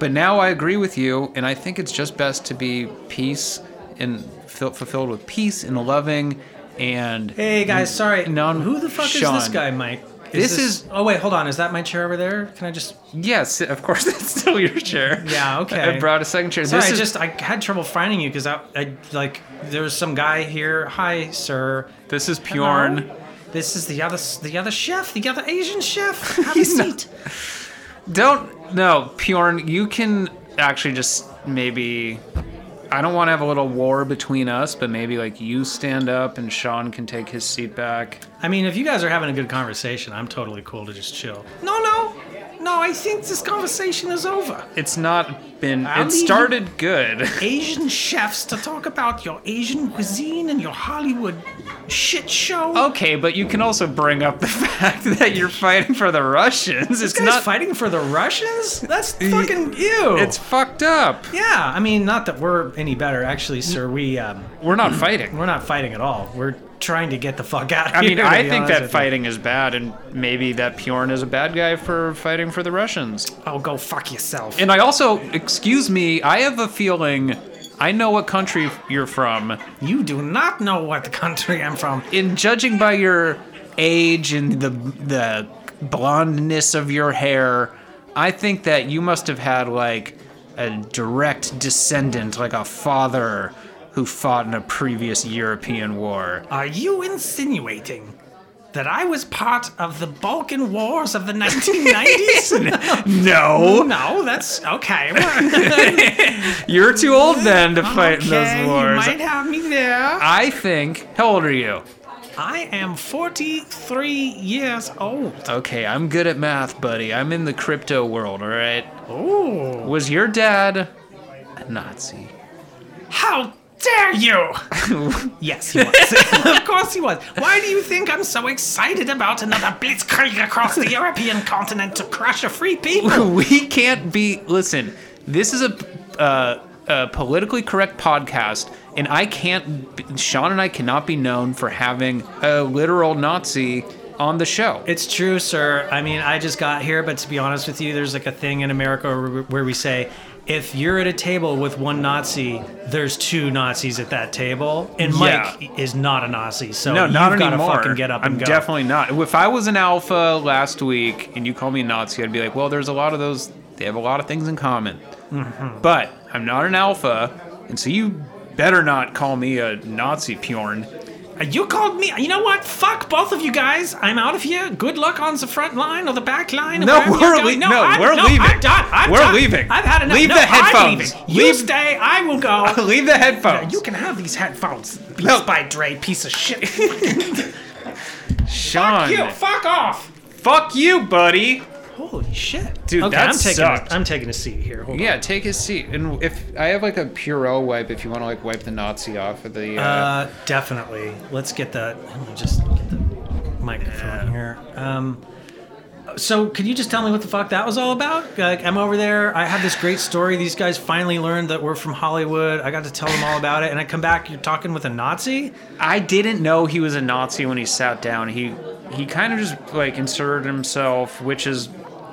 but now I agree with you, and I think it's just best to be peace and fill, fulfilled with peace and loving. And Hey guys, sorry. non- Who the fuck is this Sean. guy, Mike? This is- Oh wait, hold on. Is that my chair over there? Can I just? Yes, of course, (laughs) that's still your chair. Yeah, okay. I brought a second chair. Sorry, this I is just I had trouble finding you because I, I like there was some guy here. Hi, sir. this is Hello? Bjorn. This is the other s- the other chef, the other Asian (laughs) chef. Have a He's seat. not- Don't no, Bjorn. You can actually just maybe. I don't want to have a little war between us, but maybe like you stand up and Sean can take his seat back. I mean, if you guys are having a good conversation, I'm totally cool to just chill. No, no, no. I think this conversation is (laughs) over. It's not been. I'll it leave you- (laughs) started good. Asian chefs to talk about your Asian cuisine and your Hollywood shit show. okay, but you can also bring up the (laughs) fact that you're fighting for the Russians. This It's guy's not. fighting for the Russians? That's fucking ew. it's fucked up. yeah. I mean, not that we're any better, actually, sir. We um, We're not fighting. we're not fighting at all. We're trying to get the fuck out of I here. mean, to I be think honest that with fighting is bad, and maybe that Bjorn is a bad guy for fighting for the Russians. you. Oh, go fuck yourself. And I also, excuse me, I have a feeling I know what country you're from. you do not know what country I'm from. In judging by your age and the the blondness of your hair, I think that you must have had like a direct descendant, like a father who fought in a previous European war. Are you insinuating that I was part of the Balkan Wars of the 1990s? (laughs) No, no, that's (laughs) okay. you're too old then to fight in Okay, those You wars. might have me there. I think. How old are you? I am 43 years old. Okay, I'm good at math, buddy. I'm in the crypto world, all right? Ooh. Was your dad a Nazi? How dare (laughs) you! yes, he was. of course he was. Why do you think I'm so excited about another blitzkrieg across the European continent to crush a free people? (laughs) we can't be. Listen, this is a, uh, a politically correct podcast, and I can't. b- Sean and I cannot be known for having a literal Nazi on the show. It's true, sir. I mean, I just got here, but to be honest with you, there's like a thing in America where- where we say, if you're at a table with one Nazi, there's two Nazis at that table, and Yeah. Mike is not a Nazi, so No, you've not gotta anymore. fucking get up I'm and go. definitely not. If I was an alpha last week and you called me a Nazi, I'd be like, well, there's a lot of those. They have a lot of things in common. Mm-hmm. But I'm not an alpha, and so you better not call me a Nazi Pjorn. Uh, You called me. You know what? Fuck both of you guys. I'm out of here. Good luck on the front line or the back line. or No, wherever you're we're going. lea- no, no, I'm, we're no, leaving. I'm done. I'm We're done. leaving. I've had enough. Leave No, the I'm headphones. leaving. You Leave- stay. I will go. (laughs) Leave the headphones. you can have these headphones. Beats No. by Dre, piece of shit. (laughs) Sean. you fuck off. Fuck you, buddy. Holy shit, Dude, Okay, that I'm taking. sucked. A, I'm taking a seat here. Hold Yeah, take his seat. And if I have like a Purell wipe, if you want to like wipe the Nazi off of the. Uh, on. Uh, definitely. Let's get the. I'm gonna just get the microphone here. Um. So, could you just tell me what the fuck that was all about? Like, I'm over there. I had this great story. These guys finally learned that we're from Hollywood. I got to tell them all about it, and I come back. You're talking with a Nazi. I didn't know he was a Nazi when he sat down. He he kind of just like inserted himself, which is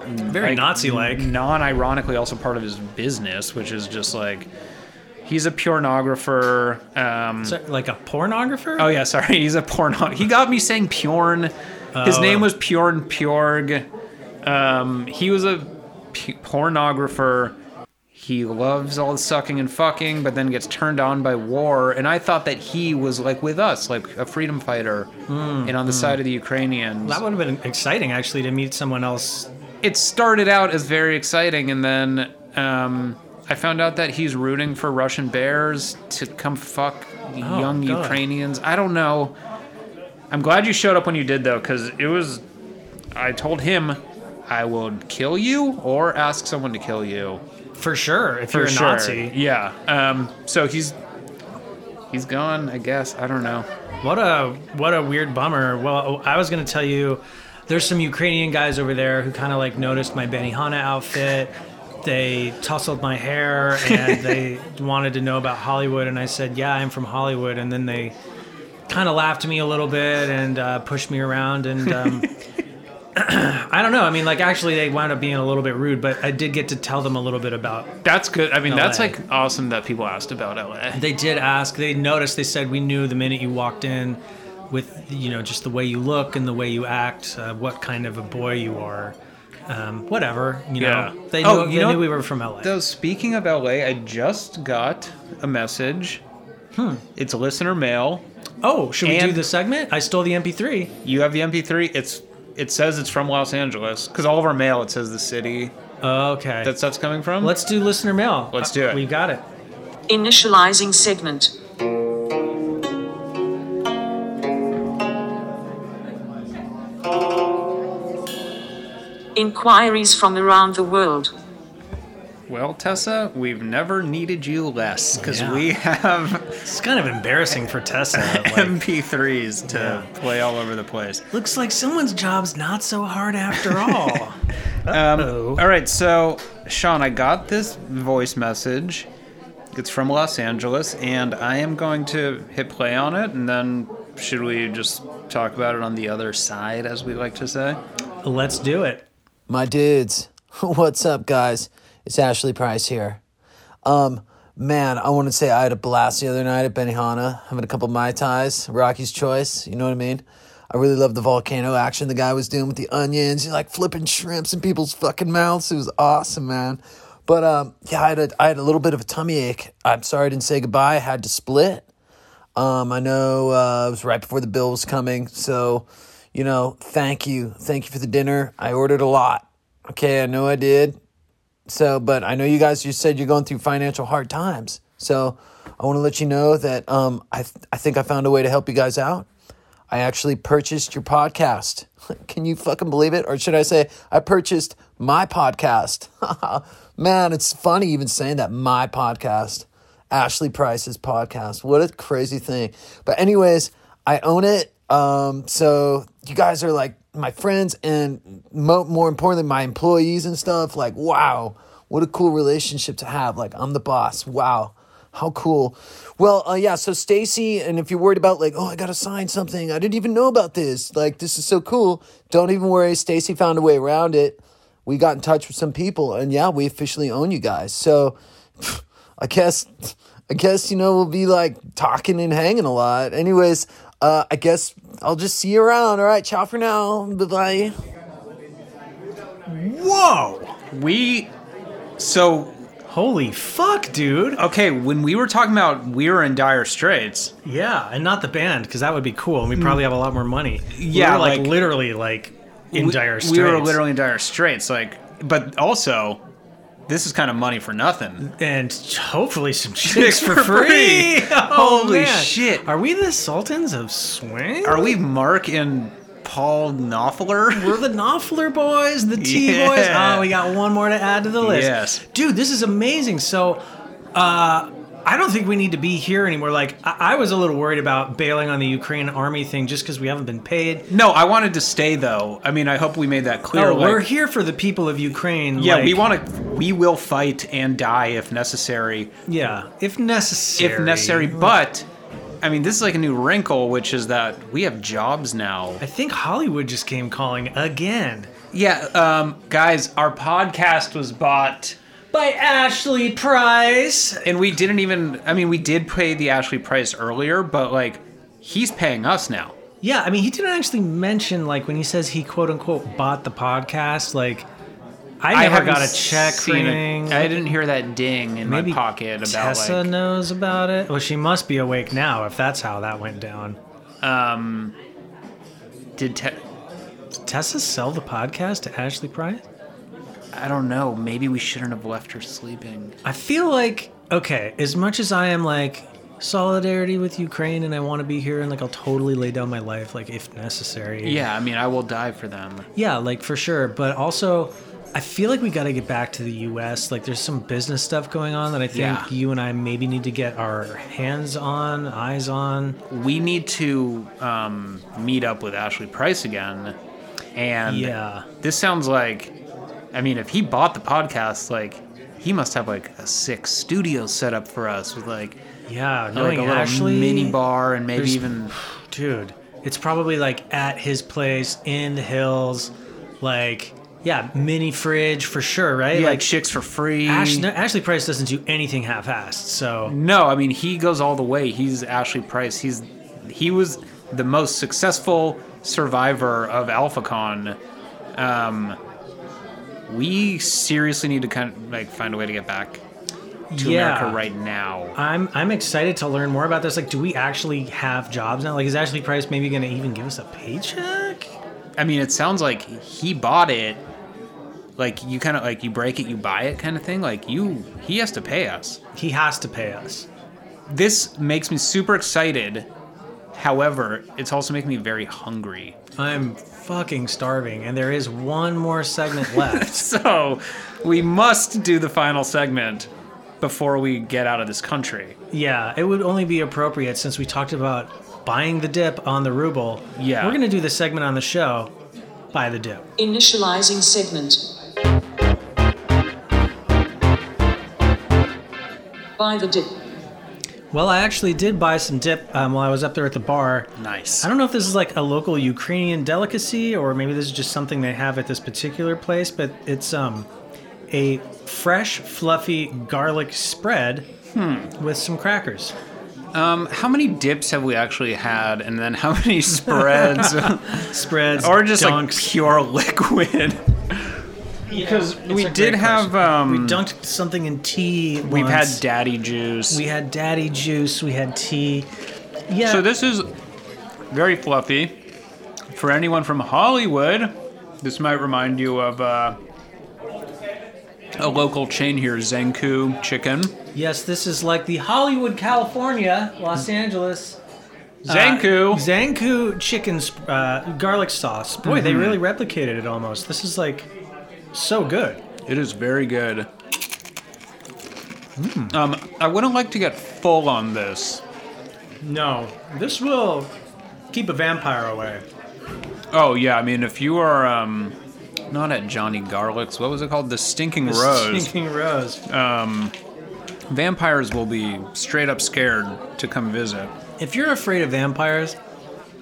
Very Nazi-like. non-ironically also part of his business, which is just like he's a pornographer. Um, So, like a pornographer. oh yeah, sorry, (laughs) he's a porno. He got me saying Pjorn. His Oh. name was Pjorn Pjorg. Um, he was a p- pornographer. He loves all the sucking and fucking, but then gets turned on by war. And I thought that he was like with us, like a freedom fighter, Hmm. and on the side of the Ukrainians. Hmm, That would have been exciting, actually, to meet someone else. It started out as very exciting, and then um, I found out that he's rooting for Russian bears to come fuck young Oh, God. Ukrainians. I don't know. I'm glad you showed up when you did, though, because it was. I told him I would kill you or ask someone to kill you. For sure, if you're a Nazi. Yeah. Um, so he's he's gone, I guess. I don't know. What a what a weird bummer. Well, I was gonna tell you, there's some Ukrainian guys over there who kind of like noticed my Benihana outfit. They tousled my hair (laughs) and they wanted to know about Hollywood, and I said, "Yeah, I'm from Hollywood." And then they kind of laughed at me a little bit and uh, pushed me around, and (laughs) um, (clears throat) I don't know. I mean, like actually, they wound up being a little bit rude, but I did get to tell them a little bit about That's good. I mean, that's LA. like awesome that people asked about LA. They did ask. They noticed. They said we knew the minute you walked in, with you know just the way you look and the way you act, uh, what kind of a boy you are. Um, whatever you know. Yeah. They knew. Oh, you they know- knew we were from LA. Though speaking of LA, I just got a message. Hmm. It's listener mail. oh, should we do and- the segment? I stole the MP3. You have the MP3. It's it says it's from Los Angeles because all of our mail it says the city Okay. that stuff's coming from. Let's do listener mail. Let's do it. We got it. Initializing segment. Inquiries from around the world. well, Tessa, we've never needed you less because Yeah. we have It's kind of embarrassing for (laughs) Tessa. Like, MP3s to play all over the place. looks like someone's job's not so hard after (laughs) all. Um, All right, so Sean, I got this voice message. It's from Los Angeles, and I am going to hit play on it, and then should we just talk about it on the other side, as we like to say? Let's do it. My dudes, (laughs) what's up, guys? It's Ashley Price here. Um, man, I want to say I had a blast the other night at Benihana, having a couple mai tais, Rocky's Choice. You know what I mean? I really loved the volcano action the guy was doing with the onions. He's like flipping shrimps in people's fucking mouths. It was awesome, man. But um, yeah, I had a, I had a little bit of a tummy ache. I'm sorry I didn't say goodbye. I had to split. Um, I know uh, it was right before the bill was coming, so you know, thank you, thank you for the dinner. I ordered a lot. Okay, I know I did. So, but I know you guys. You said you're going through financial hard times, so I want to let you know that um, I th- I think I found a way to help you guys out. I actually purchased your podcast. Can you fucking believe it? Or should I say, I purchased my podcast. (laughs) Man, it's funny even saying that my podcast, Ashley Price's podcast. What a crazy thing. But, anyways, I own it. Um, so, you guys are like my friends and mo- more importantly, my employees and stuff. Like, wow, what a cool relationship to have. Like, I'm the boss. Wow. How cool. Well, uh, yeah, so Stacy, and if you're worried about like, oh, I got to sign something. I didn't even know about this. Like, this is so cool. Don't even worry. Stacy found a way around it. We got in touch with some people and yeah, we officially own you guys. So (laughs) I guess I guess you know we'll be like talking and hanging a lot. Anyways, uh I guess I'll just see you around. All right, ciao for now. Bye-bye. Whoa! We. So, Holy fuck, dude. okay, when we were talking about we were in dire straits, Yeah, and not the band because that would be cool, and we probably have a lot more money. Yeah, we were, Hmm. like, like- literally like in we, dire straits. we were (laughs) literally in dire straits. Like, but also, this is kind of money for nothing. and hopefully some chicks for for free. free. (laughs) Oh, Holy man. shit. Are we the Sultans of Swing? Are we Mark and Paul Knopfler? We're the Knopfler boys, the T (laughs) Yeah. boys. Oh, we got one more to add to the list. Yes. Dude, this is amazing. So, uh, I don't think we need to be here anymore. Like, I, I was a little worried about bailing on the Ukraine army thing just because we haven't been paid. No, I wanted to stay though. I mean, I hope we made that clear. No, like- Oh, we're here for the people of Ukraine. Yeah, like- we want to. We will fight and die if necessary, Yeah, if necessary. if necessary. But I mean, this is like a new wrinkle, which is that we have jobs now. I think Hollywood just came calling again. Yeah, um, guys, our podcast was bought, By Ashley Price. and we didn't even. I mean, we did pay the Ashley price earlier, but like, he's paying us now. Yeah, I mean, he didn't actually mention, like, when he says he quote unquote bought the podcast, like, I never haven't got a check for seen anything. I didn't hear that ding in Maybe my pocket about Tessa like. knows about it. Well, she must be awake now if that's how that went down. Um, did te- Did Tessa sell the podcast to Ashley Price? I don't know. Maybe we shouldn't have left her sleeping. I feel like okay, as much as I am like solidarity with Ukraine and I want to be here and like I'll totally lay down my life like if necessary. Yeah, I mean, I will die for them. Yeah, like for sure, but also I feel like we got to get back to the US. Like there's some business stuff going on that I think Yeah. you and I maybe need to get our hands on, eyes on. we need to um, meet up with Ashley Price again. And Yeah. this sounds like, I mean, if he bought the podcast, like he must have like a sick studio set up for us with like, Yeah, like Uh, knowing a little Ashley mini bar and maybe there's- even (sighs) dude it's probably like at his place in the hills like yeah mini fridge for sure right like like chicks for free. Ash, no, ashley price doesn't do anything half-assed so no, I mean he goes all the way. He's Ashley Price. He's he was the most successful survivor of AlphaCon. Um, we seriously need to kind of like find a way to get back to yeah America right now. i'm i'm excited to learn more about this like do we actually have jobs now like is ashley price maybe gonna even give us a paycheck I mean, it sounds like he bought it. Like you kind of like you break it, you buy it, kind of thing. Like you, he has to pay us. he has to pay us This makes me super excited. However, it's also making me very hungry. i'm fucking starving and there is one more (laughs) segment left So we must do the final segment before we get out of this country. Yeah, it would only be appropriate since we talked about buying the dip on the ruble. Yeah. We're going to do the segment on the show, Buy the Dip. Initializing segment. Buy the dip. Well, I actually did buy some dip um, while I was up there at the bar. Nice. I don't know if this is like a local Ukrainian delicacy or maybe this is just something they have at this particular place, but it's um a fresh, fluffy garlic spread Hmm. with some crackers. Um, how many dips have we actually had, and then how (laughs) many spreads, Spreads or just like dunks. pure liquid? Because we did have um, we dunked something in tea. We've had once. daddy juice. we had daddy juice. We had tea. Yeah. so this is very fluffy. For anyone from Hollywood, this might remind you of uh, a local chain here, Zenku Chicken. yes, this is like the Hollywood, California, Los Angeles. Zanku. Uh, Zanku chicken sp- uh, garlic sauce. Boy, they really replicated it almost. This is like so good. It is very good. Um, I wouldn't like to get full on this. No, this will keep a vampire away. Oh yeah, I mean if you are um, not at Johnny Garlic's, what was it called? The Stinking Rose. Um, Stinking rose. Vampires will be straight up scared to come visit. If you're afraid of vampires,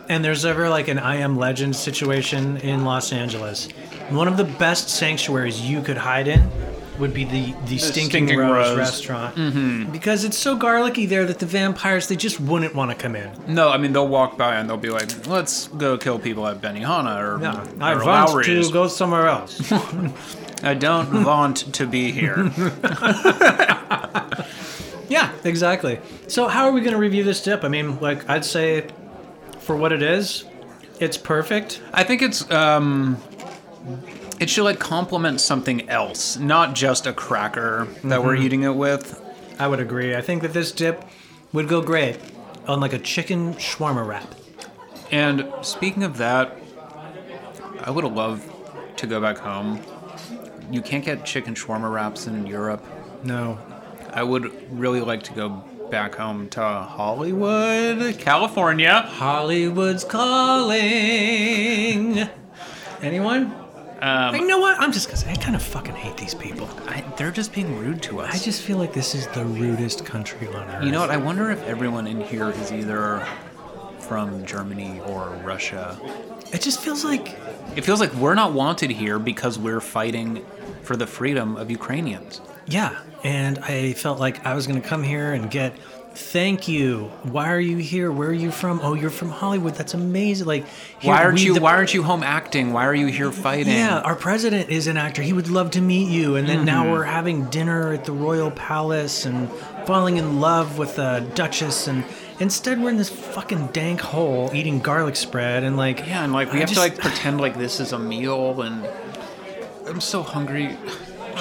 and there's ever like an I Am Legend situation in Los Angeles, one of the best sanctuaries you could hide in would be the, the, Stinking, Stinking Rose, Rose. restaurant. Mm-hmm. Because it's so garlicky there that the vampires, they just wouldn't want to come in. No, I mean they'll walk by and they'll be like, "Let's go kill people at Benihana or, No, I or want Lowry's. to go somewhere (laughs) else. I don't want to be here." (laughs) yeah, exactly. So how are we going to review this dip? I mean, like, I'd say for what it is, it's perfect. I think it's um, it should like complement something else, not just a cracker that we're eating it with. Mm-hmm. I would agree. I think that this dip would go great on like a chicken shawarma wrap. And speaking of that, I would love to go back home. You can't get chicken shawarma wraps in Europe. No, I would really like to go back home to Hollywood, California. Hollywood's calling. Anyone? Um, you know what? I'm just gonna say I kind of fucking hate these people. I, they're just being rude to us. I just feel like this is the rudest country on earth. You know what? I wonder if everyone in here is either from Germany or Russia. it just feels like It feels like we're not wanted here because we're fighting for the freedom of Ukrainians. yeah. And I felt like I was gonna come here and get thank you. Why are you here? Where are you from? Oh, you're from Hollywood. That's amazing. Like here, Why aren't we- you? the- Why aren't you home acting? Why are you here fighting? Yeah, our president is an actor. He would love to meet you. And then Mm-hmm. now we're having dinner at the Royal Palace and falling in love with a duchess. And instead, we're in this fucking dank hole eating garlic spread and like. Yeah, and like we I have just- to like pretend like this is a meal, and I'm so hungry,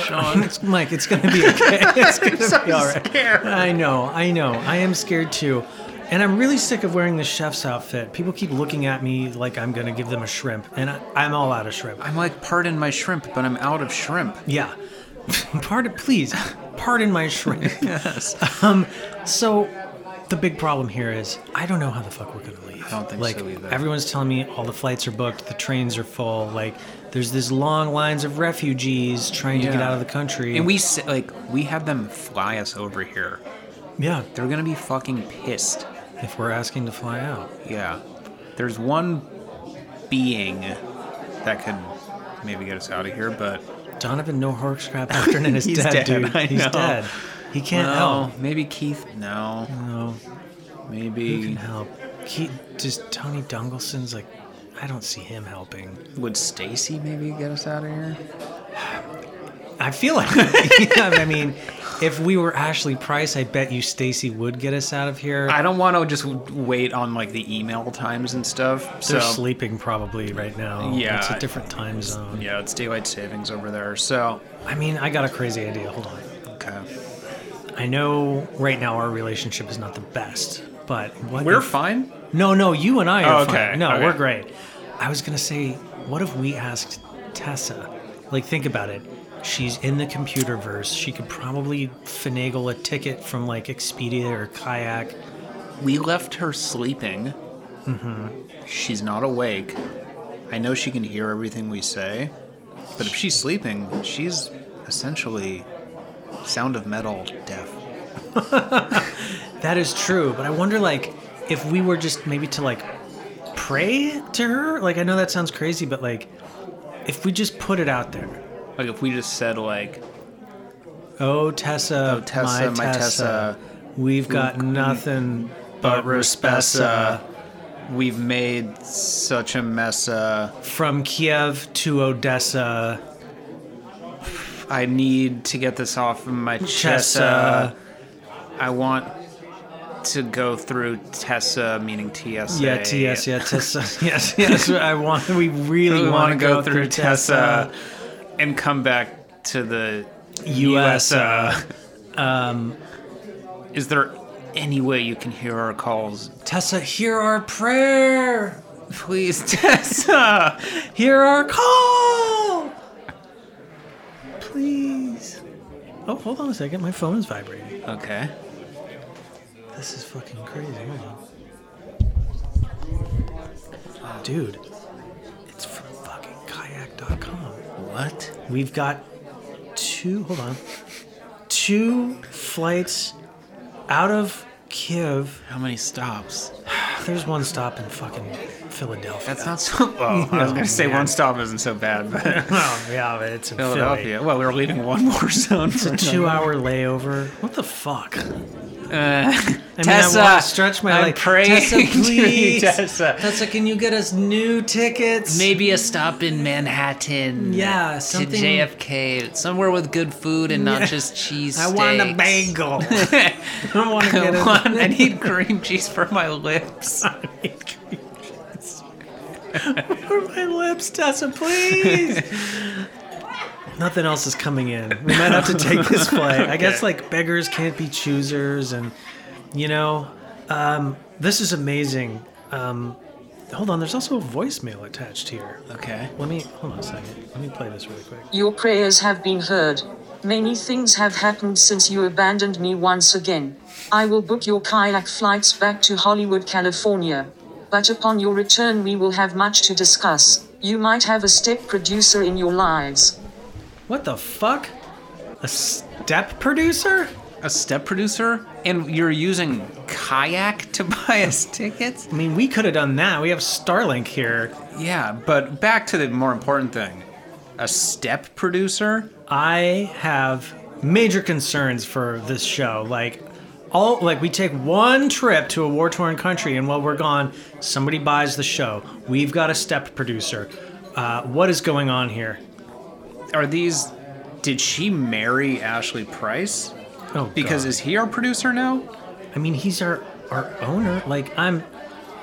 Sean. It's, Mike, it's gonna (laughs) be (laughs) okay. It's gonna be all right. I know, I know. I am scared too, and I'm really sick of wearing the chef's outfit. People keep looking at me like I'm gonna give them a shrimp, and I, I'm all out of shrimp. I'm like, pardon my shrimp, but I'm out of shrimp. Yeah. (laughs) Pardon, please, pardon my (laughs) shrimp. yes. (laughs) Um, so, the big problem here is I don't know how the fuck we're gonna leave. I don't think like, so either. Everyone's telling me all the flights are booked, the trains are full. Like, there's these long lines of refugees trying to get Yeah. out of the country. And we s- like we had them fly us over here. yeah, They're gonna be fucking pissed. if we're asking to fly out, Yeah. There's one being that could maybe get us out of here, but Donovan No Horcrap (laughs) Afternoon is He's dead, dead, dude. I He's know. dead. He can't no, maybe Keith. No, help. No, he can maybe help. He just Tony Dungelson's like, I don't see him helping. would Stacy maybe get us out of here? I feel (laughs) like. yeah, I mean, if we were Ashley Price, I bet you Stacy would get us out of here. I don't want to just wait on like the email times and stuff. So They're sleeping probably right now. Yeah. it's a different time zone. yeah, it's daylight savings over there. So I mean, I got a crazy idea. Hold on. okay, I know right now our relationship is not the best, but what we're if- fine. No, no, you and I are Oh, okay, fine. No, okay. we're great. I was gonna say, what if we asked Tessa? Like, think about it. She's in the computer verse. She could probably finagle a ticket from like Expedia or Kayak. We left her sleeping. She's not awake. I know she can hear everything we say, but if she's sleeping, she's essentially sound of metal deaf. (laughs) That is true, but I wonder like if we were just maybe to like pray to her. Like I know that sounds crazy, but like if we just put it out there. Like if we just said like Oh Tessa, Oh, Tessa, my, my Tessa, Tessa, Mm-hmm. we've got nothing but but respessa Respessa, we've made such a mess. Uh, from Kiev to Odessa. I need to get this off my chest. Chessa. Uh, I want to go through Tessa, meaning TSA. Yeah, T- yes, yeah, Tessa. (laughs) (laughs) yes, yes. I want. We really We want to go, through Tessa, and come back to the US. USA. Um, is there any way you can hear our calls? (laughs) Tessa, hear our prayer. Please, (laughs) Tessa, Hear our call. Please. Oh, hold on a second. My phone is vibrating. Okay. This is fucking crazy. Hold on. Dude, it's from fucking kayak.com. What? We've got two, hold on, two flights out of Kiev. How many stops? There's one stop in fucking Philadelphia. That's not so. (laughs) Well, Oh, I was gonna say one stop isn't so bad, (laughs) but oh, yeah, but it's in Philadelphia. Philadelphia. Well, we were leaving one war (laughs) zone. Uh, It's a two hour layover. What the fuck? I Tessa, mean, I want to stretch my I'm leg. praying Tessa, (laughs) to you, please. Tessa. Tessa, can you get us new tickets? Maybe a stop in Manhattan. Yeah, To something. JFK, somewhere with good food and not Yeah. just cheese. I want a steaks. (laughs) bagel. I want to get a- One, I (laughs) need cream cheese for my lips. For my lips, Tessa, please. Nothing else is coming in. We might have to take this flight. I guess like beggars can't be choosers, and you know, um, this is amazing. Um, hold on, there's also a voicemail attached here. Okay. Let me hold on a second. Let me play this really quick. Your prayers have been heard. Many things have happened since you abandoned me once again. I will book your kayak flights back to Hollywood, California. But upon your return, we will have much to discuss. You might have a step producer in your lives. What the fuck? A step producer? A step producer, and you're using kayak to (laughs) buy us tickets? I mean, we could have done that. We have Starlink here. Yeah, but back to the more important thing. A step producer? I have major concerns for this show. Like all like we take one trip to a war torn country and while we're gone, somebody buys the show. We've got a step producer. Uh, what is going on here? Are these? Did she marry Ashley Price? Oh, Because God. is he our producer now? I mean, he's our our owner. Like I'm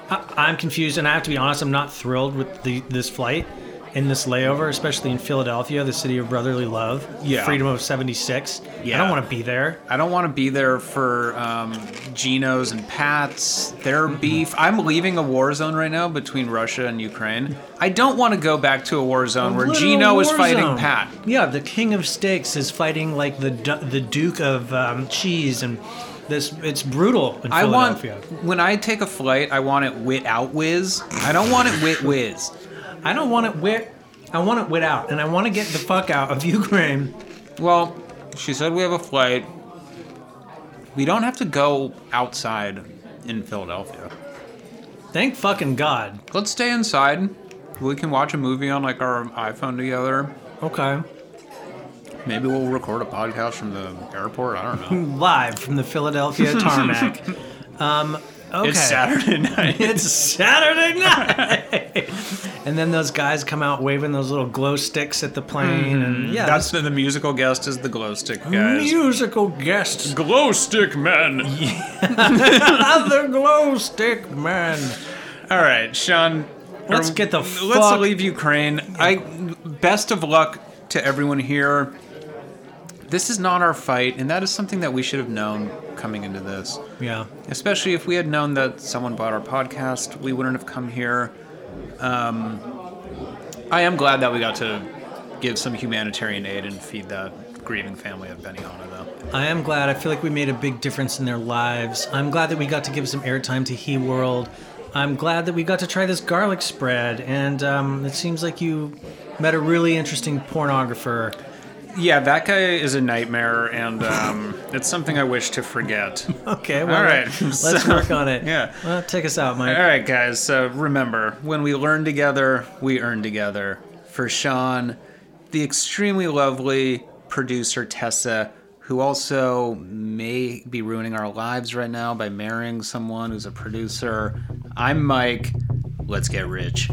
I, I'm confused and I have to be honest, I'm not thrilled with the this flight and this layover, especially in Philadelphia, the city of brotherly love, Yeah. freedom of 76. I Yeah. don't want to be there. I don't want to be there for um, Geno's and Pat's, their Mm-hmm. beef. I'm leaving a war zone right now between Russia and Ukraine. I don't want to go back to a war zone where Literal Gino is war fighting zone. Pat. Yeah, the King of Steaks is fighting like the du- the Duke of um, Cheese, and this it's brutal in I want Philadelphia. when I take a flight, I want it wit out whiz. I don't want it wit whiz. I don't want it wit. I want it wit out, and I want to get the fuck out of (laughs) Ukraine. Well, she said we have a flight. We don't have to go outside in Philadelphia. Thank fucking God. Let's stay inside. We can watch a movie on like our iPhone together. Okay, Maybe we'll record a podcast from the airport. I don't know. live from the (laughs) Philadelphia tarmac. um, okay. It's Saturday night. (laughs) It's Saturday night, and then those guys come out waving those little glow sticks at the plane, and yeah, Mm-hmm. That's the, the musical guest is the glow stick guys. musical (laughs) guests glow stick (laughs) men. Other glow stick man. All right, Sean. Let's or- get the Let's fuck- leave Ukraine. I best of luck to everyone here. This is not our fight, and that is something that we should have known coming into this. Yeah. Especially if we had known that someone bought our podcast, we wouldn't have come here. Um, I am glad that we got to give some humanitarian aid and feed that grieving family of Benihana, though. I am glad. I feel like we made a big difference in their lives. I'm glad that we got to give some airtime to He World. I'm glad that we got to try this garlic spread. And um, it seems like you met a really interesting pornographer. yeah, that guy is a nightmare, and um, it's something I wish to forget. (laughs) Okay, well, All right, Let's so- work on it. yeah. Well, take us out, Mike. All right, guys. So remember, when we learn together, we earn together. For Sean, the extremely lovely producer Tessa, who also may be ruining our lives right now by marrying someone who's a producer. I'm Mike. Let's get rich.